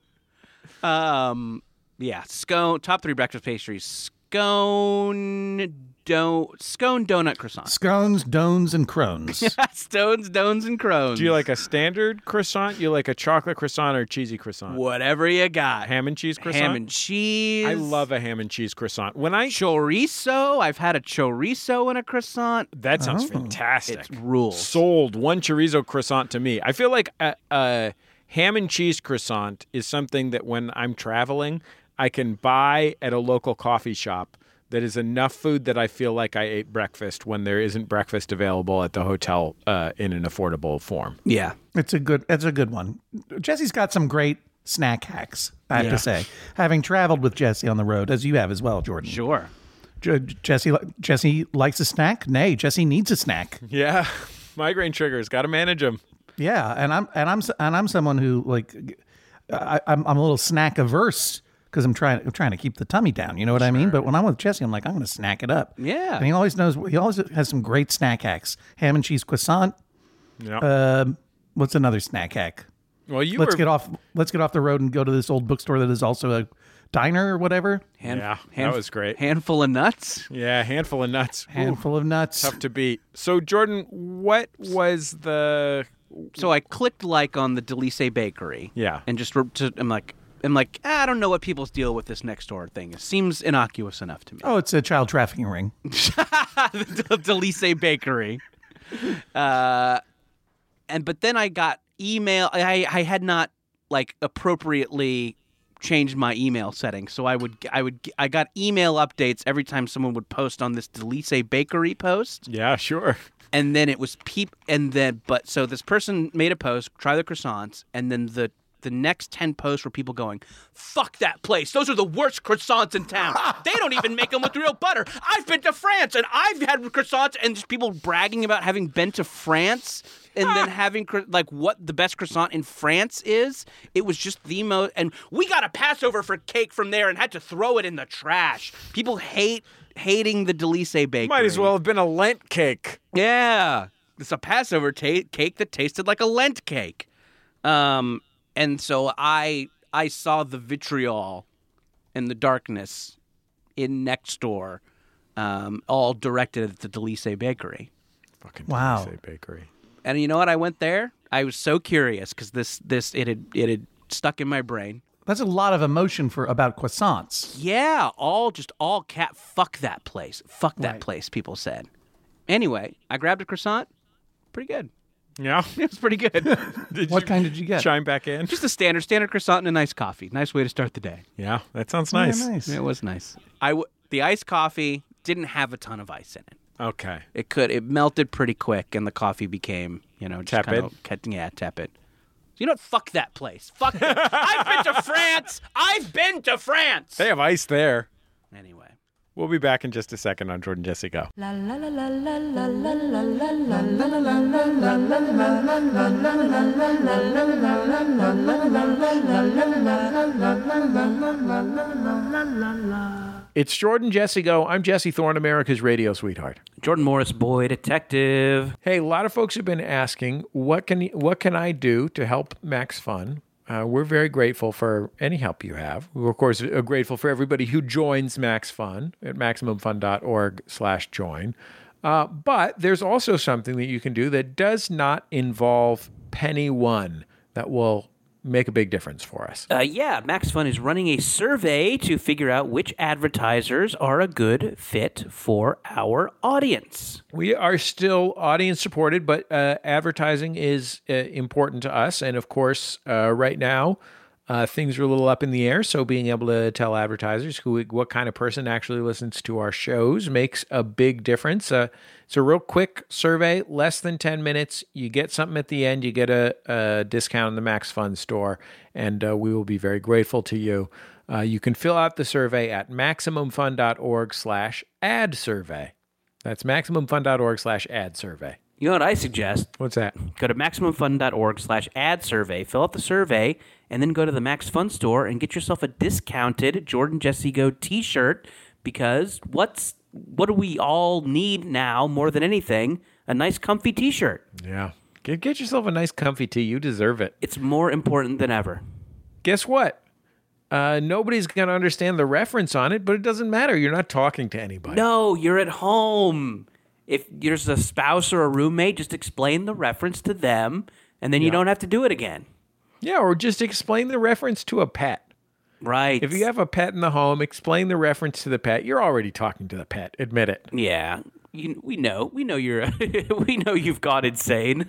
Um, yeah, scone. Top three breakfast pastries: scone, do scone donut croissant. Scones, dones, and crones. Stones, dones, and crones. Do you like a standard croissant? You like a chocolate croissant or a cheesy croissant? whatever you got? Ham and cheese croissant. Ham and cheese. I love a ham and cheese croissant. When I chorizo. I've had a chorizo and a croissant. that sounds fantastic. It's rules. Sold one chorizo croissant to me. I feel like a, a ham and cheese croissant is something that when I'm traveling, I can buy at a local coffee shop. That is enough food that I feel like I ate breakfast when there isn't breakfast available at the hotel uh, in an affordable form. yeah. It's a good. It's a good one. Jesse's got some great snack hacks. I have Yeah. to say, having traveled with Jesse on the road, as you have as well, Jordan. Sure. J- Jesse, li- Jesse likes a snack. Nay, Jesse needs a snack. Yeah, migraine triggers. Got to manage them. Yeah, and I'm and I'm s- and I'm someone who like, I, I'm I'm a little snack averse because I'm trying I'm trying to keep the tummy down. You know what I mean? But when I'm with Jesse, I'm like I'm going to snack it up. Yeah. and he always knows. He always has some great snack hacks. Ham and cheese croissant. Yeah. Um, what's another snack hack? Well, you let's were get off let's get off the road and go to this old bookstore that is also a diner or whatever Hand, Yeah, that was great. Handful of nuts. yeah, handful of nuts. Ooh, handful of nuts tough to beat. So Jordan, what was the So I clicked like on the Delice Bakery. Yeah. And just, re- to, I'm like, I'm like, "Ah, I don't know what people's deal with this next door thing. It seems innocuous enough to me. oh it's a child trafficking ring the Delice Bakery. Uh, and but then I got email. I I had not like appropriately changed my email settings, so I would I would I got email updates every time someone would post on this Delice Bakery post Yeah, sure. and then it was peep and then but so this person made a post try the croissants and then the the next 10 posts were people going fuck that place those are the worst croissants in town they don't even make them with real butter i've been to france and i've had croissants and just people bragging about having been to france and then having cro- like what the best croissant in france is it was just the most and we got a passover for cake from there and had to throw it in the trash people hate hating the delice bakery Might as well have been a Lent cake. yeah, it's a Passover ta- cake that tasted like a Lent cake. Um, and so I I saw the vitriol and the darkness in next door, um, all directed at the Delice Bakery. Fucking Wow. Delice Bakery. And you know what? I went there. I was so curious because this this it had it had stuck in my brain. that's a lot of emotion for about croissants Yeah, all just all cat. Fuck that place. Fuck that place. People said. Anyway, I grabbed a croissant. Pretty good. Yeah. It was pretty good. Did What kind did you get? Chime back in. Just a standard, standard croissant and a nice coffee. Nice way to start the day. Yeah, that sounds Yeah, nice. nice. It was nice. I w- the iced coffee didn't have a ton of ice in it. Okay. It could it melted pretty quick, and the coffee became you know just Tepid. kind of kept- yeah tepid. You know, what? fuck that place. Fuck. it. I've been to France. I've been to France. They have ice there. Anyway. We'll be back in just a second on Jordan Jesse Go. La la la la la la la la la la la. It's Jordan Jesse Go. I'm Jesse Thorne, America's radio sweetheart. Jordan Morris, boy detective. Hey, a lot of folks have been asking what can what can I do to help Max Fun. Uh, we're very grateful for any help you have. We're of course uh, grateful for everybody who joins Max Fun at maximumfun.org/join. Uh, but there's also something that you can do that does not involve penny one that will make a big difference for us. Uh, yeah, Max Fun is running a survey to figure out which advertisers are a good fit for our audience. We are still audience supported, but uh, advertising is uh, important to us. And of course, uh, right now, uh, things are a little up in the air. So being able to tell advertisers who what kind of person actually listens to our shows makes a big difference. Uh, it's a real quick survey, less than 10 minutes. You get something at the end, you get a, a discount in the Max Fund store, and uh, we will be very grateful to you. Uh, you can fill out the survey at maximumfund.org slash ad survey. That's maximumfund.org slash ad survey. You know what I suggest? What's that? Go to MaximumFun.org slash ad survey, fill out the survey, and then go to the Max Fun store and get yourself a discounted Jordan Jesse Go t-shirt because what's what do we all need now more than anything? A nice comfy t-shirt. Yeah. Get, get yourself a nice comfy tee. You deserve it. It's more important than ever. Guess what? Uh, nobody's going to understand the reference on it, but it doesn't matter. You're not talking to anybody. No, you're at home. If there's a spouse or a roommate, just explain the reference to them, and then you don't have to do it again. Yeah, or just explain the reference to a pet. Right. If you have a pet in the home, explain the reference to the pet. You're already talking to the pet. Admit it. yeah, you, we know, we know you're, we know you've gone insane.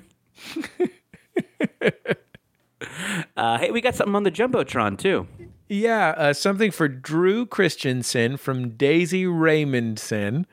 uh, hey, we got something on the jumbotron too. Yeah, uh, something for Drew Christensen from Daisy Raymondson.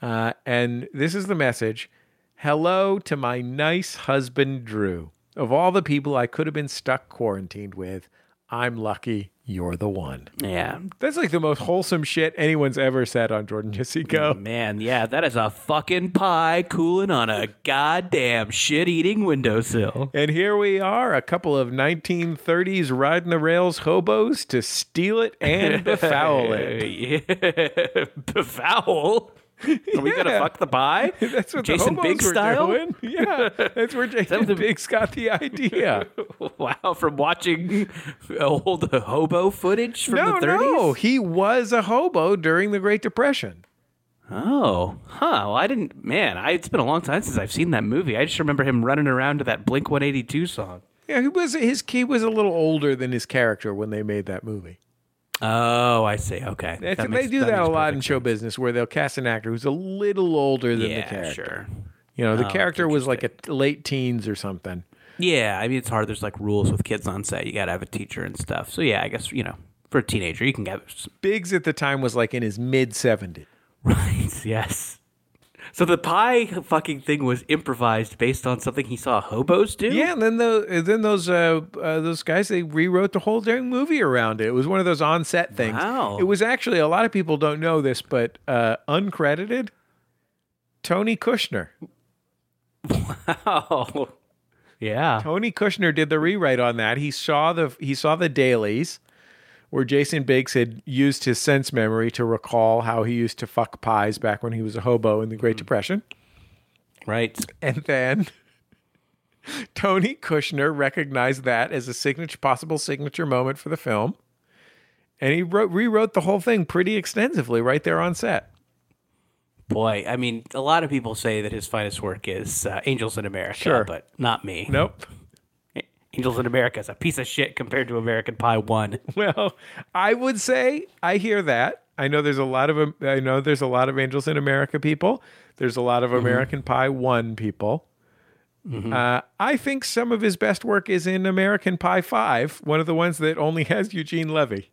Uh, and this is the message Hello to my nice husband, Drew. Of all the people I could have been stuck quarantined with, I'm lucky you're the one. Yeah, That's like the most wholesome shit anyone's ever said on Jordan Jesse Go. man, yeah, that is a fucking pie cooling on a goddamn shit-eating windowsill. And here we are, a couple of 1930s riding the rails hobos to steal it and befoul it. Yeah. Befoul. Are we gonna Yeah. fuck the pie? That's what Jason the hobos Biggs were style? doing. Yeah, that's where Jason the- Biggs got the idea. Wow, from watching old hobo footage from no, the 30s? no, he was a hobo during the Great Depression. Oh, huh. Well, I didn't. Man, I, it's been a long time since I've seen that movie. I just remember him running around to that Blink 182 song. Yeah, he was his he was a little older than his character when they made that movie. Oh, I see. Okay. That's- That they makes- do that, a makes lot in perfect show business where they'll cast an actor who's a little older than sense. the Yeah, character. sure. Oh, You know, the character was like a t- late teens or something. Yeah, I mean, it's hard. There's like rules with kids on set. You got to have a teacher and stuff. So, yeah, I guess, you know, for a teenager, you can get Biggs at the time was like in his mid 70s. Right, yes. So the pie fucking thing was improvised based on something he saw hobos do? Yeah, and then the then those uh, uh, those guys they rewrote the whole dang movie around it. It was one of those on set things. Wow. It was actually a lot of people don't know this, but uh, uncredited Tony Kushner. Oh. Yeah. Tony Kushner did the rewrite on that. He saw the he saw the dailies where Jason Biggs had used his sense memory to recall how he used to fuck pies back when he was a hobo in the Great Depression. Right. And then Tony Kushner recognized that as a signature, possible signature moment for the film. And he wrote, rewrote the whole thing pretty extensively right there on set. Boy, I mean, a lot of people say that his finest work is uh, Angels in America, Sure. but not me. Nope. Angels in America is a piece of shit compared to American Pie 1. Well, I would say I hear that. I know there's a lot of I know there's a lot of Angels in America people. There's a lot of American Pie One people. Uh, I think some of his best work is in American Pie 5, one of the ones that only has Eugene Levy.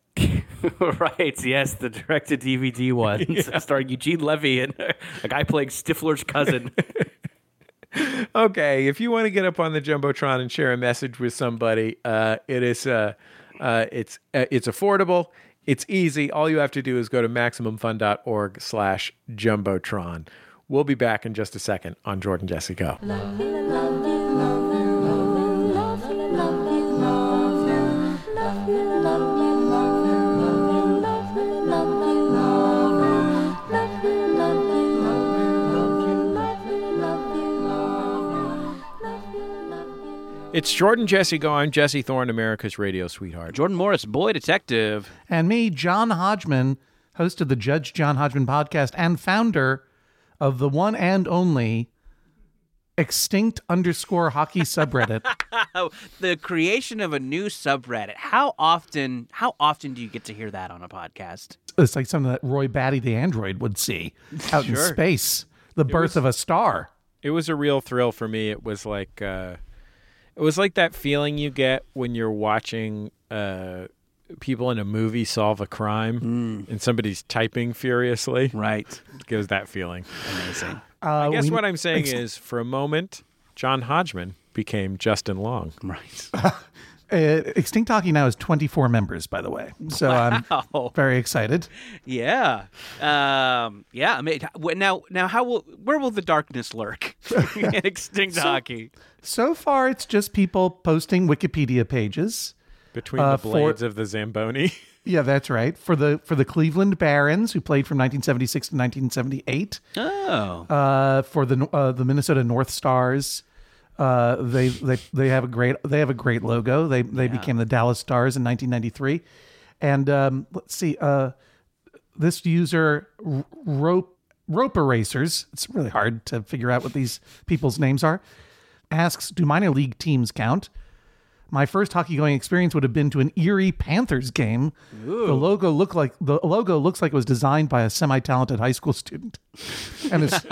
right. Yes, the direct to DVD one starring Eugene Levy and a guy playing Stifler's cousin. Okay, if you want to get up on the jumbotron and share a message with somebody, uh, it is uh, uh, it's uh, it's affordable, it's easy. All you have to do is go to maximumfun.org/jumbotron. We'll be back in just a second on Jordan Jesse Go. It's Jordan Jesse Go. I'm Jesse Thorne, America's radio sweetheart. Jordan Morris, boy detective. and me, John Hodgman, host of the Judge John Hodgman podcast and founder of the one and only extinct underscore hockey subreddit. Oh, the creation of a new subreddit. How often? How often do you get to hear that on a podcast? it's like something that Roy Batty the android would see out in space. The birth of a star. it was a real thrill for me. It was like uh, it was like that feeling you get when you're watching uh, people in a movie solve a crime and somebody's typing furiously. Right. It gives that feeling. Amazing. Uh, I guess we- what I'm saying ex- is, for a moment, John Hodgman became Justin Long. Right. uh, Extinct Hockey now is 24 members, by the way. So I'm very excited. Yeah. Um, yeah. I mean, wh- now, now, how will where will the darkness lurk in extinct hockey? So far, it's just people posting Wikipedia pages. Between Uh, the for- blades of the Zamboni. Yeah, that's right. For the for the Cleveland Barons, who played from 1976 to 1978, Oh, uh, for the uh, the Minnesota North Stars. Uh, they they they have a great they have a great logo. They they became the Dallas Stars in 1993, and um, let's see, uh, this user R- rope rope erasers. It's really hard to figure out what these people's names are. Asks, do minor league teams count? My first hockey going experience would have been to an Erie Panthers game. The logo looked like the logo looks like it was designed by a semi-talented high school student. And it's,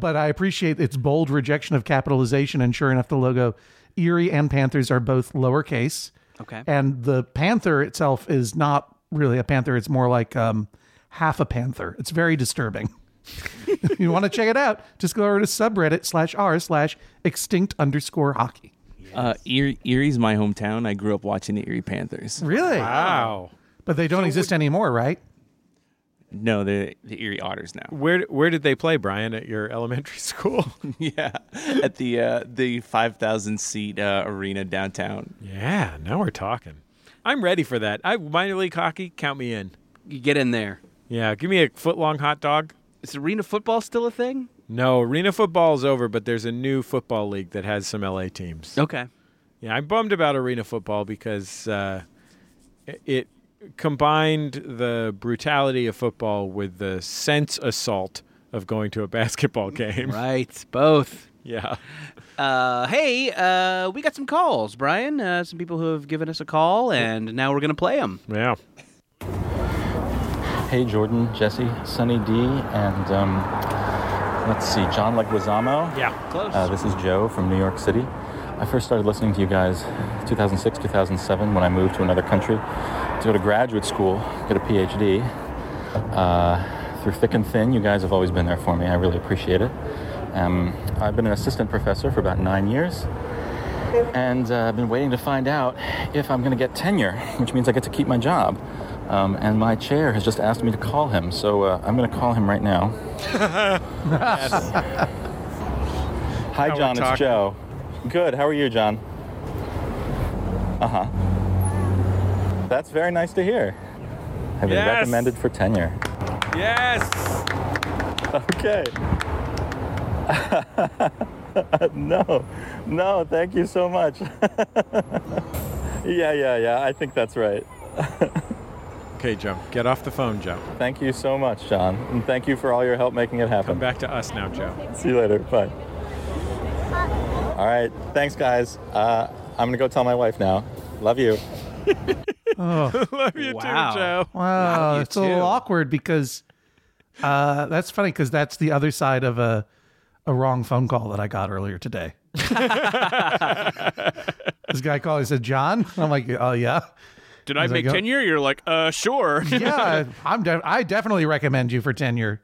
but I appreciate its bold rejection of capitalization and sure enough the logo Erie and Panthers are both lowercase. Okay. And the panther itself is not really a panther, it's more like um, half a panther. It's very disturbing. if you want to check it out, just go over to subreddit slash r slash extinct underscore hockey. Uh, Erie, Erie's my hometown. I grew up watching the Erie Panthers. Really? Wow. But they don't exist anymore, right? No, the the Erie Otters now. Where where did they play, Brian? At your elementary school? yeah, at the uh, the five thousand seat uh, arena downtown. yeah. Now we're talking. I'm ready for that. I minor league hockey. Count me in. you get in there. Yeah, give me a foot long hot dog. Is arena football still a thing? No, arena football's over, but there's a new football league that has some LA teams. Okay. Yeah, I'm bummed about arena football because uh, it- it combined the brutality of football with the sense assault of going to a basketball game. Right. Both. Yeah. Uh, hey, uh, we got some calls, Brian. Uh, some people who have given us a call, and now we're gonna play them. Yeah. Hey Jordan, Jesse, Sunny D, and um, let's see, John Leguizamo. Yeah. Close. Uh, this is Joe from New York City. I first started listening to you guys 2006, 2007 when I moved to another country to go to graduate school, get a PhD. Uh, through thick and thin, you guys have always been there for me. I really appreciate it. Um, I've been an assistant professor for about nine years, and uh, I've been waiting to find out if I'm going to get tenure, which means I get to keep my job. Um, and my chair has just asked me to call him, so uh, I'm going to call him right now. Hi, we're John. talking. It's Joe. Good. How are you, John? Uh huh. That's very nice to hear. I've been Yes. recommended for tenure. Yes. Okay. no, no, thank you so much. yeah, yeah, yeah, I think that's right. Okay, Joe. Get off the phone, Joe. Thank you so much, John. And thank you for all your help making it Come happen. back to us now, Joe. See you later. Bye. All right. Thanks, guys. Uh, I'm going to go tell my wife now. Love you. Love you Wow. too, Joe. Wow, you it's a little too. awkward because uh, that's funny because that's the other side of a a wrong phone call that I got earlier today. this guy called. He said, "John," I'm like, "Oh yeah, Did I As I make go- tenure? You're like, uh, sure. yeah." I'm. De- I definitely recommend you for tenure.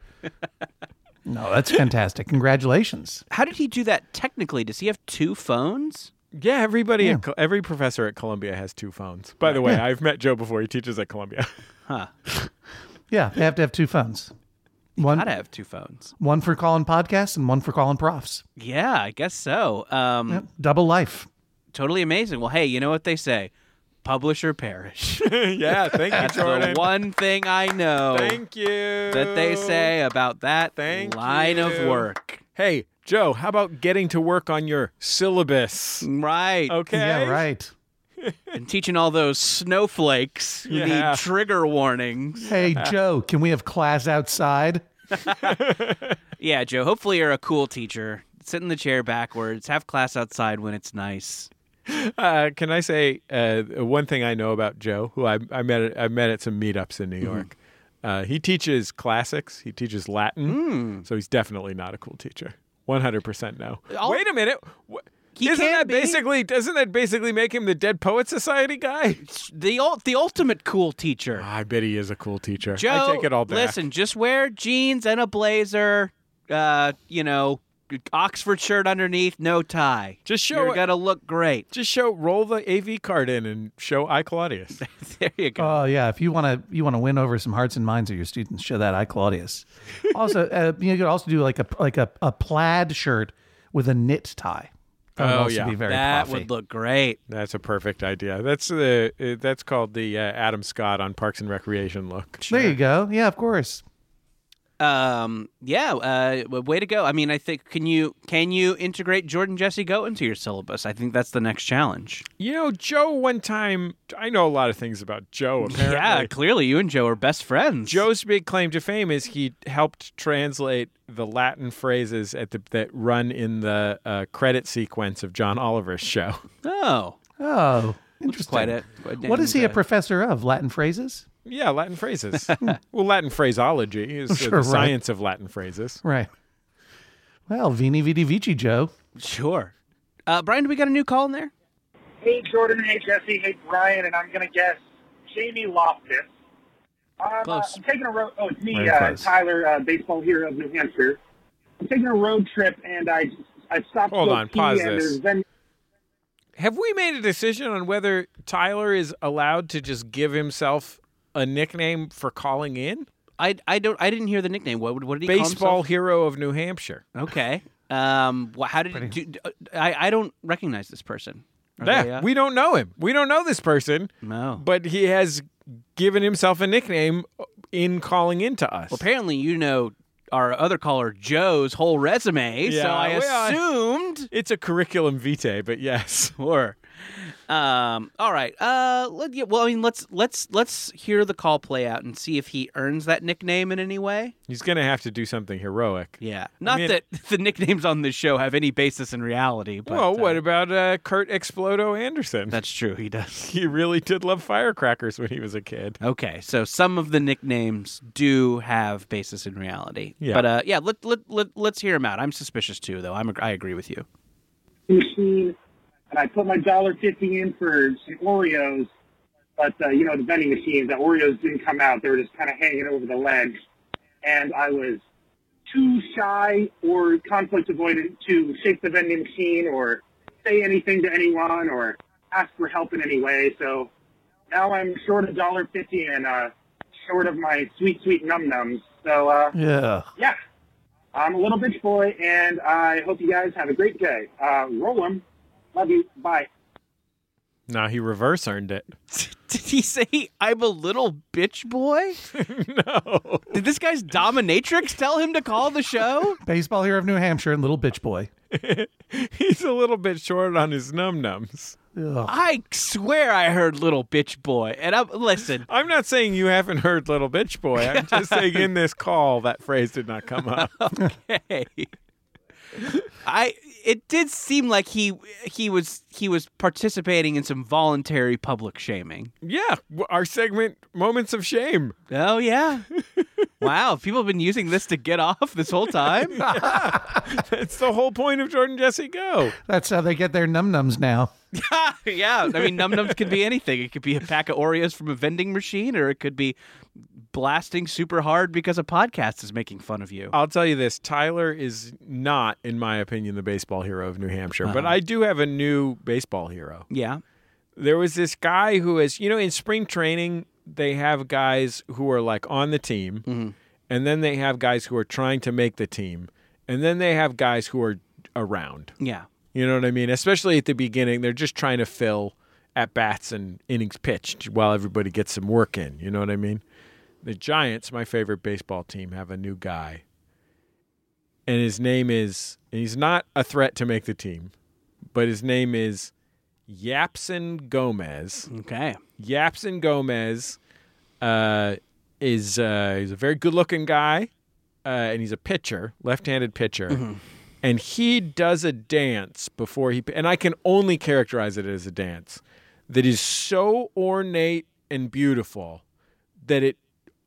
No, that's fantastic. Congratulations. How did he do that technically? Does he have two phones? Yeah, everybody, At, Col- every professor at Columbia has two phones. By the way, I've met Joe before. He teaches at Columbia. Yeah, they have to have two phones. One, Gotta have two phones. one for calling podcasts and one for calling profs. Yeah, I guess so. Um, Double life. Totally amazing. Well, hey, you know what they say? Publish or perish. yeah, thank you, That's the Jordan. one thing I know Thank you. that they say about that Thank line of you. work. Hey, Joe, how about getting to work on your syllabus? Right. Okay. Yeah, right. And teaching all those snowflakes who Yeah. need trigger warnings. Hey, Joe, can we have class outside? Yeah, Joe, hopefully you're a cool teacher. Sit in the chair backwards, have class outside when it's nice. Uh, can I say uh, one thing I know about Joe, who I, I met at, I met at some meetups in New Mm-hmm. York? Uh, he teaches classics. He teaches Mm. Latin, so he's definitely not a cool teacher. One hundred percent no. Wait a minute. Wh- He isn't can that be. basically doesn't that basically make him the Dead Poet Society guy? The ul- the ultimate cool teacher. I bet he is a cool teacher. Joe, I take it all back. listen, just wear jeans and a blazer, uh, you know, Oxford shirt underneath, no tie. Just show You're it- going to look great. just show roll the AV card in and show I Claudius. There you go. Oh yeah, if you want to, you want to win over some hearts and minds of your students, show that I Claudius. Also, uh, you could also do like a like a, a plaid shirt with a knit tie. That would Oh, also yeah. be very that puffy. would look great. That's a perfect idea. That's the uh, that's called the uh, Adam Scott on Parks and Recreation look. There you go. Yeah, of course. Um, yeah, uh, w- way to go. I mean, I think can you can you integrate Jordan Jesse Go into your syllabus? I think that's the next challenge. You know, Joe. One time, I know a lot of things about Joe. Apparently, Yeah, clearly you and Joe are best friends. Joe's big claim to fame is he helped translate the Latin phrases at the, that run in the uh, credit sequence of John Oliver's show. Oh, Oh, interesting. quite it. What is he a professor of? Latin phrases. Yeah, Latin phrases. well, Latin phraseology is uh, Sure, the right. science of Latin phrases. Right. Well, Vini Vidi Vici, Joe. Sure. Uh, Brian, do we got a new call in there? Hey, Jordan. Hey, Jesse. Hey, Brian. And I'm going to guess Jamie Loftus. I'm, uh, Close. I'm taking a road. Oh, it's me, Very uh, close. Tyler, uh, baseball hero of New Hampshire. I'm taking a road trip, and I I stopped. to Hold go on, pee, pause and this. there's Then Have we made a decision on whether Tyler is allowed to just give himself a nickname for calling in? I, I don't I didn't hear the nickname. What would- what did he Baseball Call hero of New Hampshire. himself? okay. Um. wh- how did do, do- I? I don't recognize this person. Are yeah, they, uh, we don't know him. We don't know this person, no. but he has given himself a nickname in calling in to us. Apparently, you know our other caller Joe's whole resume, so Yeah, I well, I- assumed. it's a curriculum vitae, but yes. Sure. Um, all right. Uh, let, yeah, well, I mean, let's let's let's hear the call play out and see if he earns that nickname in any way. He's going to have to do something heroic. Yeah. Not mean- that the nicknames on this show have any basis in reality. But, well, what uh, about uh, Kurt Explodo Anderson? that's true. He does. he really did love firecrackers when he was a kid. Okay, so some of the nicknames do have basis in reality. Yeah. But uh, yeah, let, let, let, let's hear him out. I'm suspicious too, though. I'm, ag- I agree with you. machine, and I put my dollar fifty in for some Oreos, but uh, you know the vending machines, the Oreos didn't come out. They were just kind of hanging over the ledge, and I was too shy or conflict avoidant to shake the vending machine or say anything to anyone or ask for help in any way. So now I'm short a dollar fifty and uh, short of my sweet sweet num nums. So uh, Yeah. yeah, I'm a little bitch boy, and I hope you guys have a great day. Uh, roll 'em. Love you. Bye. Now he reverse earned it. Did he say I'm a little bitch boy? no. Did this guy's dominatrix tell him to call the show? Baseball hero of New Hampshire and little bitch boy. He's a little bit short on his num nums. Ugh. I swear I heard little bitch boy. And I'm listen, I'm not saying you haven't heard Little Bitch Boy. I'm just saying in this call, that phrase did not come up. hey. I it did seem like he he was he was participating in some voluntary public shaming. yeah, w- our segment, Moments of Shame. Oh yeah. Wow, people have been using this to get off this whole time. That's the whole point of Jordan Jesse Go. That's how they get their num nums now. yeah, I mean, num nums could be anything. It could be a pack of Oreos from a vending machine, or it could be blasting super hard because a podcast is making fun of you. I'll tell you this Tyler is not, in my opinion, the baseball hero of New Hampshire, but I do have a new baseball hero. yeah, There was this guy who is, you know, in spring training, they have guys who are like on the team, and then they have guys who are trying to make the team, and then they have guys who are around. yeah. You know what I mean? Especially at the beginning, they're just trying to fill at bats and innings pitched while everybody gets some work in. You know what I mean? The Giants, my favorite baseball team, have a new guy. And his name is, and he's not a threat to make the team, but his name is Yapson Gomez. Okay. Yapson Gomez uh, is uh, he's a very good-looking guy, uh, and he's a pitcher, left-handed pitcher, and he does a dance before he and I can only characterize it as a dance that is so ornate and beautiful that it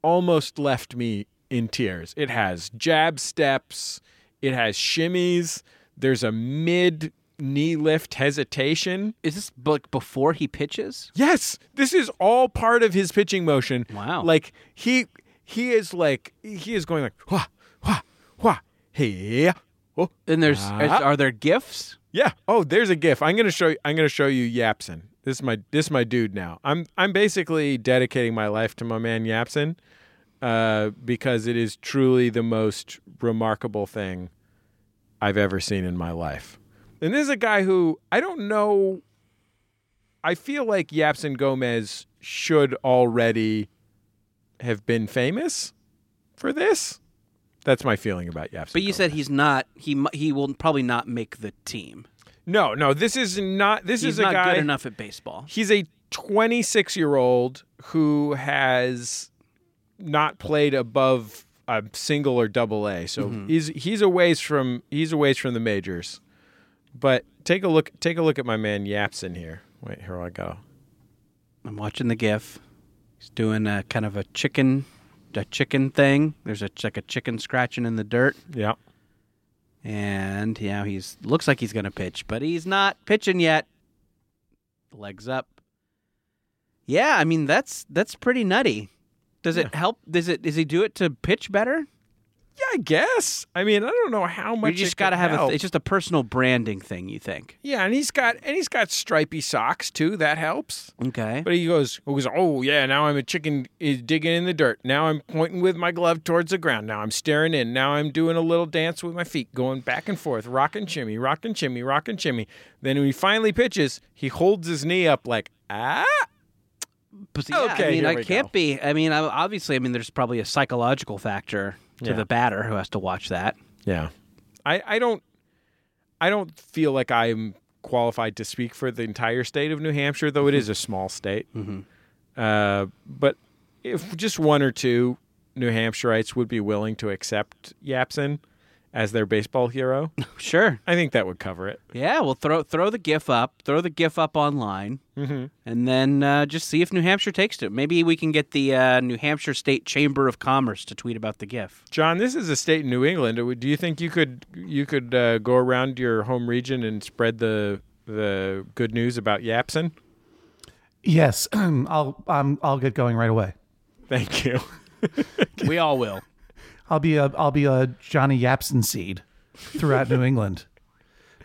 almost left me in tears. It has jab steps, it has shimmies. There's a mid knee lift hesitation. Is this like before he pitches? Yes, this is all part of his pitching motion. Wow. Like he he is like he is going like wah wah wah hey oh And there's Ah. are there gifts? yeah oh there's a gif I'm gonna show you I'm gonna show you Yapson this is my this is my dude now I'm I'm basically dedicating my life to my man Yapson uh, because it is truly the most remarkable thing I've ever seen in my life and this is a guy who I don't know I feel like Yapson Gomez should already have been famous for this. That's my feeling about Yapson. But you Gomez. said he's not. He mu- he will probably not make the team. no, no. This is not. This he's is a not guy. good enough at baseball. He's a 26 year old who has not played above a single or double A. So Mm-hmm. he's he's a ways from he's a ways from the majors. But take a look take a look at my man Yapson here. Wait, here I go. I'm watching the GIF. He's doing a kind of a chicken, a chicken thing. There's a like a chicken scratching in the dirt, Yeah. and yeah, he's looks like he's gonna pitch, but he's not pitching yet. Legs up. Yeah, I mean that's that's pretty nutty. Does it help? Does it? Does he do it to pitch better? Yeah, I guess. I mean, I don't know how much. you just it could gotta have a. help. Th- it's just a personal branding thing. You think? yeah, and he's got and he's got stripy socks too. That helps. Okay. But he goes, he goes, oh yeah, now I'm a chicken is digging in the dirt. Now I'm pointing with my glove towards the ground. Now I'm staring in. Now I'm doing a little dance with my feet, going back and forth, rocking chimmy, rocking chimmy, rocking chimmy. Then when he finally pitches, he holds his knee up like ah. But yeah, Okay, I mean, here I we can't go. be. I mean, I, obviously, I mean, there's probably a psychological factor to Yeah. the batter who has to watch that. Yeah, I I don't I don't feel like I'm qualified to speak for the entire state of New Hampshire, though it is a small state. Uh, but if just one or two New Hampshirites would be willing to accept Yapson as their baseball hero, Sure. I think that would cover it. Yeah. Well, throw throw the GIF up. Throw the GIF up online, and then uh, just see if New Hampshire takes to it. Maybe we can get the uh, New Hampshire State Chamber of Commerce to tweet about the GIF. John, this is a state in New England. Do you think you could you could uh, go around your home region and spread the the good news about Yapson? Yes, I'll um, I'll get going right away. Thank you. We all will. I'll be a I'll be a Johnny Yapson seed throughout New England.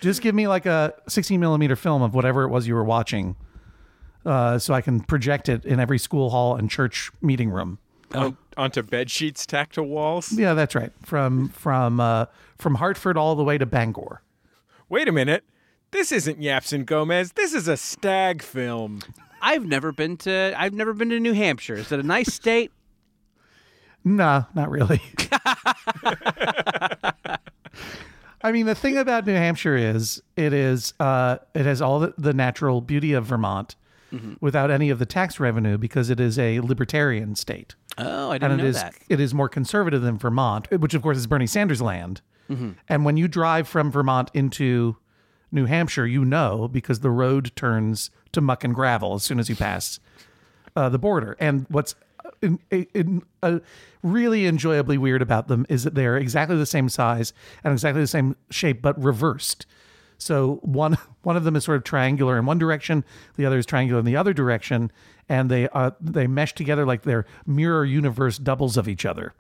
Just give me like a 16 millimeter film of whatever it was you were watching, uh, so I can project it in every school hall and church meeting room. On, onto bed sheets tacked to walls. Yeah, that's right. From from uh, from Hartford all the way to Bangor. Wait a minute. This isn't Yapson Gomez. This is a stag film. I've never been to. I've never been to New Hampshire. Is it a nice state? Nah, not really. I mean, the thing about New Hampshire is it is uh, it has all the, the natural beauty of Vermont Mm-hmm. without any of the tax revenue because it is a libertarian state Oh, I didn't and it know is that. it is more conservative than Vermont, which of course is Bernie Sanders' land. Mm-hmm. And when you drive from Vermont into New Hampshire, you know because the road turns to muck and gravel as soon as you pass uh, the border. And what's in, in, uh, really enjoyably weird about them is that they're exactly the same size and exactly the same shape, but reversed. So one one of them is sort of triangular in one direction, the other is triangular in the other direction, and they uh, they mesh together like they're mirror universe doubles of each other,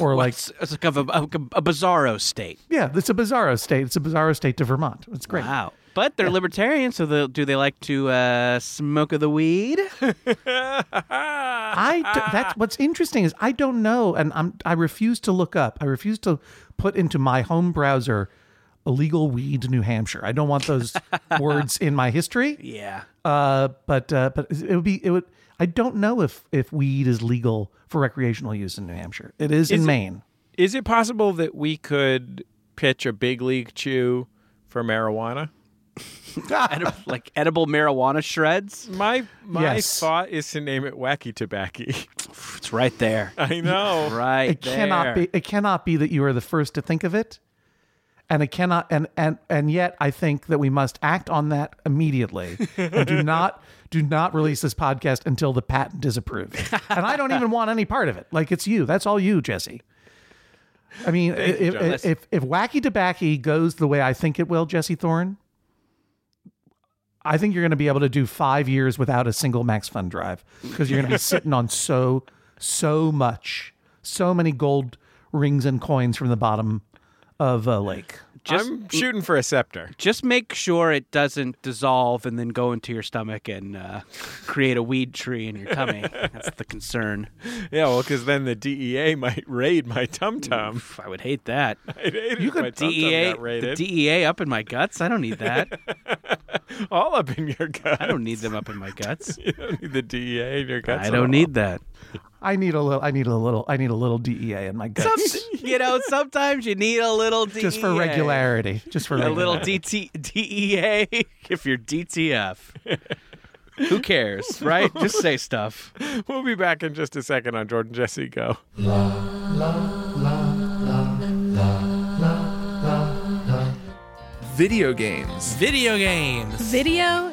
or like it's, it's like of a, a, a bizarro state. yeah, it's a bizarro state. It's a bizarro state to Vermont. It's great. Wow. But they're libertarian, so they'll, do they like to uh, smoke of the weed? I d- that's what's interesting is I don't know, and I'm I refuse to look up. I refuse to put into my home browser illegal weed New Hampshire. I don't want those words in my history. yeah. Uh, but uh, but it would be it would. I don't know if if weed is legal for recreational use in New Hampshire. It is, in it- Maine. Is it possible that we could pitch a big league chew for marijuana? Edi- like edible marijuana shreds? My my Yes. thought is to name it Wacky Tobacco. It's right there. I know. Right It cannot be. It cannot be that you are the first to think of it, and it cannot. And and and yet, I think that we must act on that immediately. and do not do not release this podcast until the patent is approved. And I don't even want any part of it. Like it's you. That's all you, Jesse. I mean, if, if, if if Wacky Tobacco goes the way I think it will, Jesse Thorne, I think you're going to be able to do five years without a single Max Fund drive because you're going to be sitting on so, so much, so many gold rings and coins from the bottom of a lake. Just, I'm shooting for a scepter. just make sure it doesn't dissolve and then go into your stomach and uh, create a weed tree in your tummy. That's the concern. Yeah, well, because then the DEA might raid my tum tum. Pff, I would hate that. You E could Um, my tum-tum DEA, got the raided. DEA up in my guts. I don't need that. all up in your gut. I don't need them up in my guts. You don't need the DEA in your gut. I don't need that. I need a little. I need a little. I need a little DEA in my guts, you know, sometimes you need E a little DEA. just for regularity. Just for A regularity. little DT, DEA E if you're DTF. Who cares, right? Just say stuff. We'll be back in just a second on Jordan Jesse Go. Video games. Video games. Video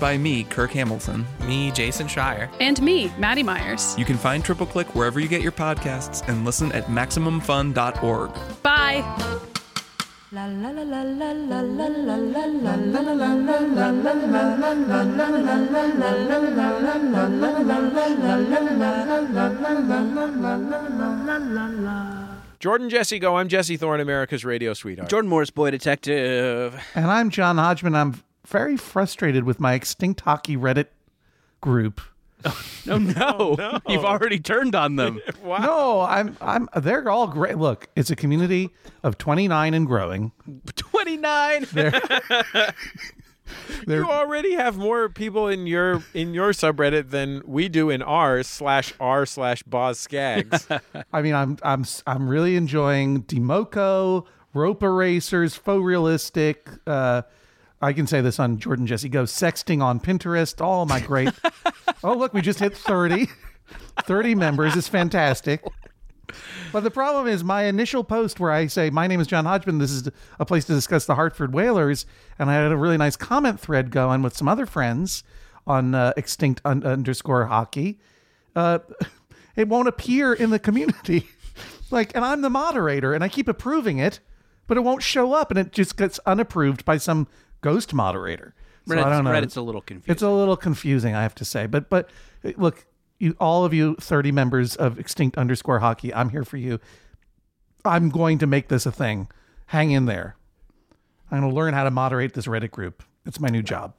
by me, Kirk Hamilton. Me, Jason Schreier. And me, Maddie Myers. You can find Triple Click wherever you get your podcasts and listen at MaximumFun.org. Bye. La la la la la la la la la la la la la la la la Jordan Jesse Go. I'm Jesse Thorne, America's radio sweetheart. Jordan Morris, boy detective. And I'm John Hodgman. I'm very frustrated with my extinct hockey Reddit group. No, no. You've already turned on them. No, I'm. I'm. They're all great. Look, it's a community of 29 and growing. 29. They're- you already have more people in your in your subreddit than we do in ours slash r slash Boz Skaggs. I mean, I'm I'm I'm really enjoying Democo, Rope Erasers, Faux Realistic. Uh, I can say this on Jordan Jesse Go, sexting on Pinterest. All my great. oh look, we just hit 30. 30 members is fantastic. But the problem is my initial post where I say my name is John Hodgman. This is a place to discuss the Hartford Whalers, and I had a really nice comment thread going with some other friends on uh, extinct un- underscore hockey Uh, it won't appear in the community. like, and I'm the moderator and I keep approving it, but it won't show up and it just gets unapproved by some ghost moderator. So I don't know. Reddit's a little confusing. It's a little confusing, I have to say. But but uh, look, you, all of you 30 members of extinct underscore hockey, I'm here for you. I'm going to make this a thing. Hang in there. I'm going to learn how to moderate this Reddit group. It's my new job.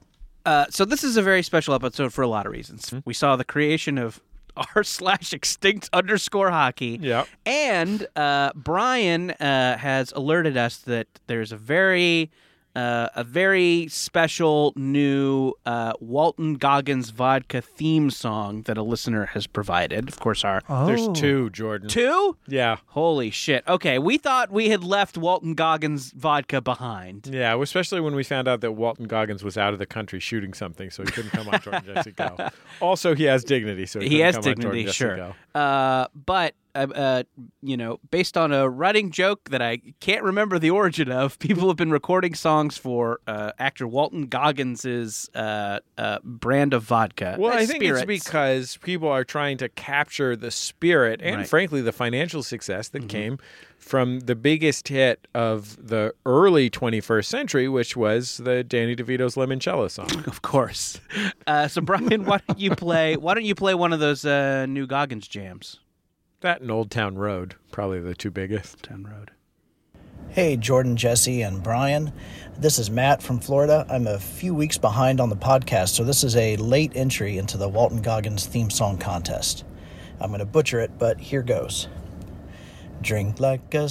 Uh, so this is a very special episode for a lot of reasons. Mm-hmm. We saw the creation of r slash extinct underscore hockey. Yep. And uh, Brian uh, has alerted us that there's a very uh, a very special new uh, Walton Goggins vodka theme song that a listener has provided. Of course, our Uh-huh. There's two, Jordan. Two? Yeah. Holy shit. Okay, we thought we had left Walton Goggins vodka behind. Yeah, well, especially when we found out that Walton Goggins was out of the country shooting something, so he couldn't come on Jordan Jesse Go. Also, he has dignity, so he, he couldn't has come on dignity, Jordan Jesse sure. Go. Uh, but uh, uh, you know, based on a running joke that I can't remember the origin of, people have been recording songs for uh, actor Walton Goggins' uh, uh, brand of vodka. Well, I Uh, think spirits. it's because people are trying to capture the spirit and, Right. Mm-hmm. frankly, the financial success that came from the biggest hit of the early 21st century, which was the Danny DeVito's Limoncello song. of course. Uh, so Brian, why don't you play? Why don't you play one of those uh, new Goggins jams? That and Old Town Road, probably the two biggest. Town Road. Hey, Jordan, Jesse, and Brian. This is Matt from Florida. I'm a few weeks behind on the podcast, so this is a late entry into the Walton Goggins theme song contest. I'm going to butcher it, but here goes. Drink like a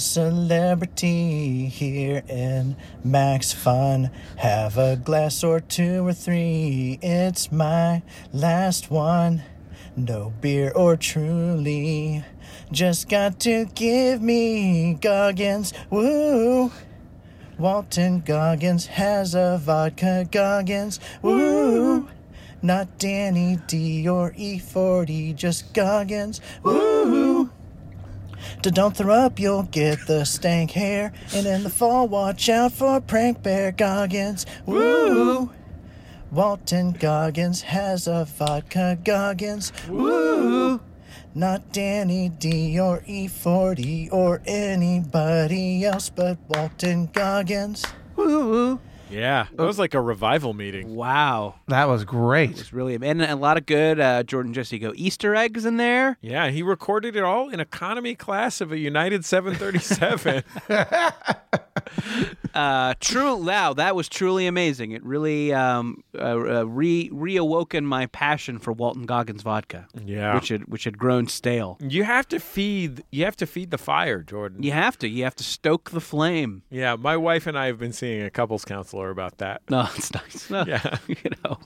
celebrity here in Max Fun. Have a glass or two or three. It's my last one. No beer or truly. Just got to give me Goggins. Woo! Walton Goggins has a vodka Goggins. Woo! Not Danny D or E40, just Goggins. Woo! To don't throw up, you'll get the stank hair. And in the fall, watch out for prank bear Goggins. Woo! Walton Goggins has a vodka Goggins. Woo! Not Danny D or E40 or anybody else but Walton Goggins. Woo! Yeah, that was like a revival meeting. Wow, that was great. It's really and a lot of good uh, Jordan Jesse Go Easter eggs in there. Yeah, he recorded it all in economy class of a United 737. uh, true, wow, that was truly amazing. It really um, uh, uh, re reawoken my passion for Walton Goggins vodka. Yeah. which had which had grown stale. you have to feed you have to feed the fire, Jordan. You have to. You have to stoke the flame. Yeah, my wife and I have been seeing a couples counselor about that. No, it's nice. No, Yeah. you know.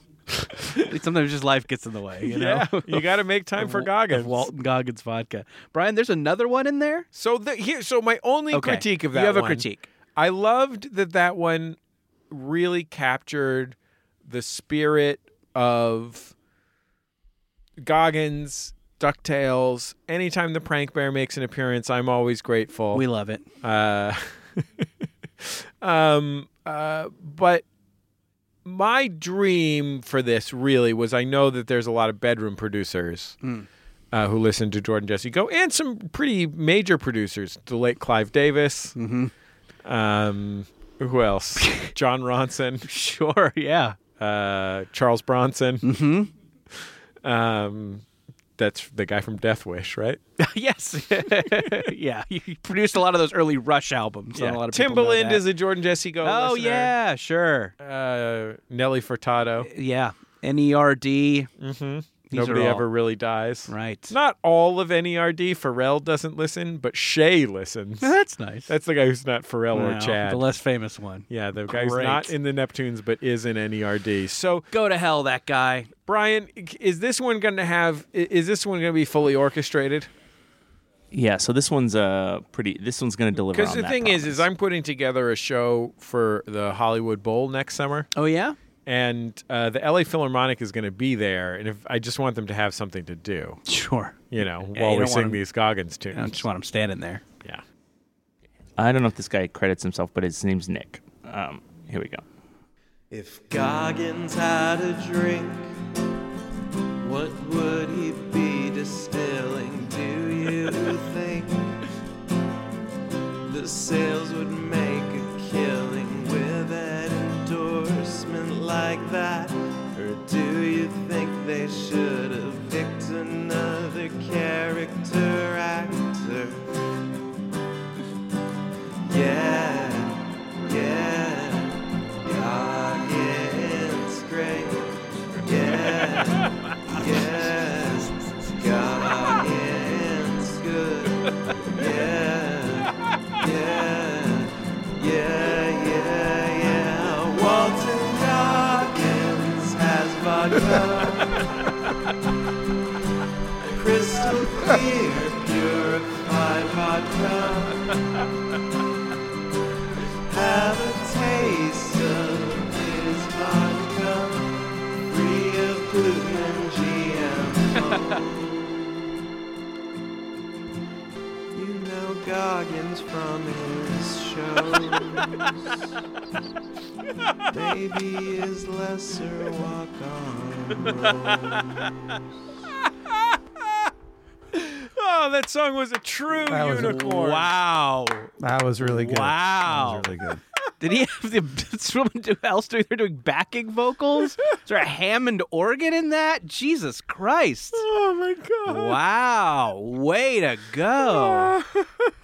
Sometimes just life gets in the way. You know. Yeah, you gotta make time Of Wa- for of Goggins. Walton Goggins vodka. Brian, there's another one in there. So the, here, so my only Okay. critique of You that have a one- critique. I loved that that one really captured the spirit of Goggins, Ducktales. Anytime the prank bear makes an appearance, I'm always grateful. We love it. Uh, um, uh, but my dream for this really was I know that there's a lot of bedroom producers Mm. uh, who listen to Jordan Jesse Go and some pretty major producers, the late Clive Davis. Mm-hmm. Um, who else? John Ronson. Sure. Yeah. Uh, Charles Bronson. Mm-hmm. Um, that's the guy from Death Wish, right? yes. yeah. He produced a lot of those early Rush albums. and A lot of people know Timbaland that. is a Jordan Jesse Go. Oh listener. yeah, sure. Uh, Nelly Furtado. Yeah. N.E.R.D. Mm-hmm. These Nobody are all- ever really dies. Right. Not all of NERD. Pharrell doesn't listen, but Shay listens. That's nice. That's the guy who's not Pharrell Wow, or Chad. The less famous one. yeah, the guy who's Great. not in the Neptunes but is in NERD. So, Go to hell, that guy. Brian, is this one going to have? i- Is this one going to be fully orchestrated? Yeah, so this one's uh pretty. This one's gonna deliver. Because on the that thing is, promise. is I'm putting together a show for the Hollywood Bowl next summer, Oh yeah. and uh, the LA Philharmonic is going to be there, and if I just want them to have something to do, Sure. you know, Yeah, while you we don't sing want 'em- these Goggins I don't tunes. just want him standing there. Yeah. I don't know if this guy credits himself, but his name's Nick. Um, here we go. If Goggins had a drink, what would he be distilling? Do you think the sales would make a killing with an endorsement like that? Or do you think they should have picked another character actor? Yeah, yeah. Goggins great. Yeah. Yes. Goggins good. Yeah. Yeah. Yeah. come. Crystal clear, purified vodka. Have a taste of this vodka, free of gluten and GMO. you know Goggins from his shows. Baby is lesser walk on. Oh, that song was a true That was a- unicorn. wow. That was really good. Wow. That was really good. Did he have the someone do else doing they're doing backing vocals? Is there a Hammond organ in that? Jesus Christ. Oh my god. Wow. Way to go.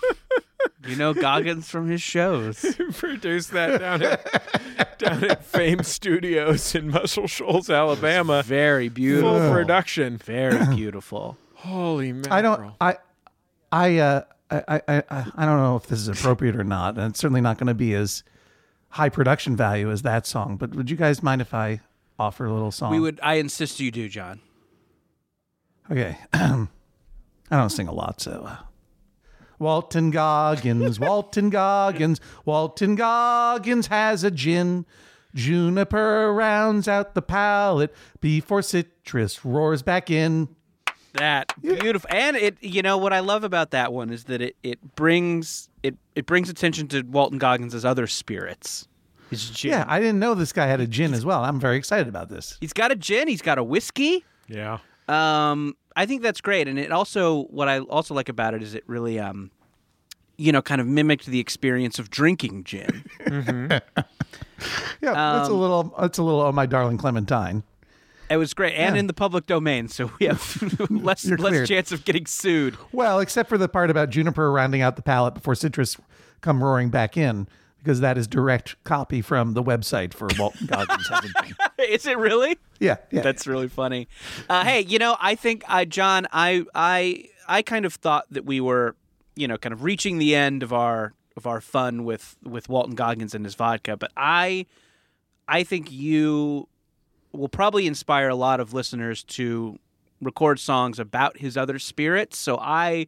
you know Goggins from his shows. Produced that down at down at Fame Studios in Muscle Shoals, Alabama. Very beautiful Full production. Very beautiful. Holy mackerel. I don't. I. I. Uh, I, I. I. I don't know if this is appropriate or not, and it's certainly not going to be as high production value as that song. But would you guys mind if I offer a little song? We would I insist you do, John. Okay. I don't sing a lot, so. uh, Walton Goggins, Walton Goggins, Walton Goggins has a gin. Juniper rounds out the palate before citrus roars back in. That beautiful, and it. You know what I love about that one is that it it brings it it brings attention to Walton Goggins' other spirits. His gin. Yeah, I didn't know this guy had a gin as well. I'm very excited about this. He's got a gin. He's got a whiskey. Yeah. Um, I think that's great, and it also what I also like about it is it really um, you know, kind of mimicked the experience of drinking gin. Yeah, that's a Um, little. That's a little. Oh, my darling Clementine. It was great, and in the public domain, so we have less You're less cleared. chance of getting sued. Well, except for the part about juniper rounding out the palate before citrus come roaring back in, because that is direct copy from the website for Walton Goggins. Heaven. is it really? yeah, yeah. That's really funny. Uh, hey, you know, I think uh, John, I, I, I kind of thought that we were, you know, kind of reaching the end of our of our fun with with Walton Goggins and his vodka, but I, I think you will probably inspire a lot of listeners to record songs about his other spirits. So I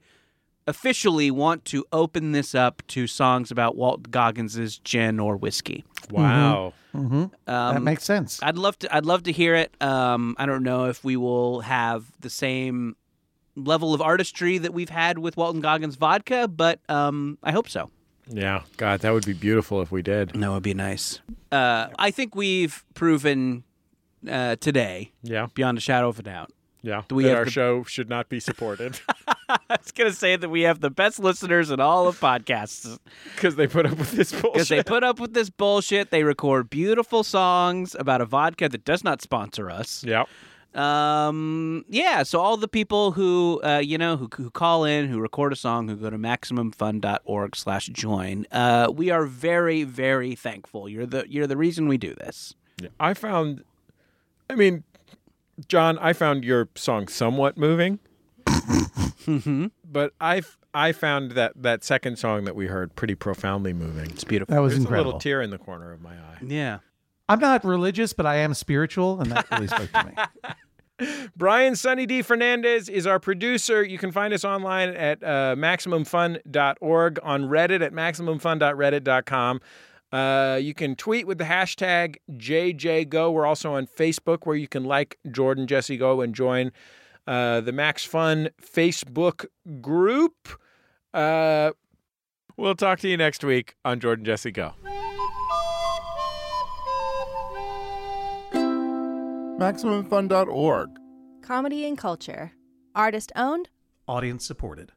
officially want to open this up to songs about Walt Goggins' gin or whiskey. Wow. hmm that makes sense. I'd love to. I'd love to hear it. Um, I don't know if we will have the same level of artistry that we've had with Walton Goggins vodka, but um, I hope so. Yeah. God, that would be beautiful if we did. No, it'd be nice. Uh, I think we've proven uh, today, Yeah. beyond a shadow of a doubt. Yeah. Do we that have our the- show should not be supported I was gonna say that we have the best listeners in all of podcasts because they put up with this because bullshit. they put up with this bullshit. They record beautiful songs about a vodka that does not sponsor us. Yep. Um, yeah, so all the people who, uh, you know, who, who call in, who record a song, who go to MaximumFun.org slash join, uh, we are very, very thankful. You're the, you're the reason we do this. I found, I mean, John, I found your song somewhat moving, but I f- I found that that second song that we heard pretty profoundly moving. It's beautiful. That was There's A incredible. little tear in the corner of my eye. Yeah. I'm not religious, but I am spiritual, and that really spoke to me. Brian Sunny D. Fernandez is our producer. You can find us online at uh, MaximumFun.org, on Reddit at MaximumFun.reddit.com. Uh, you can tweet with the hashtag JJGo. We're also on Facebook where you can like Jordan Jesse Go and join uh, the Max Fun Facebook group. Uh, we'll talk to you next week on Jordan Jesse Go. MaximumFun.org. Comedy and culture. Artist owned. Audience supported.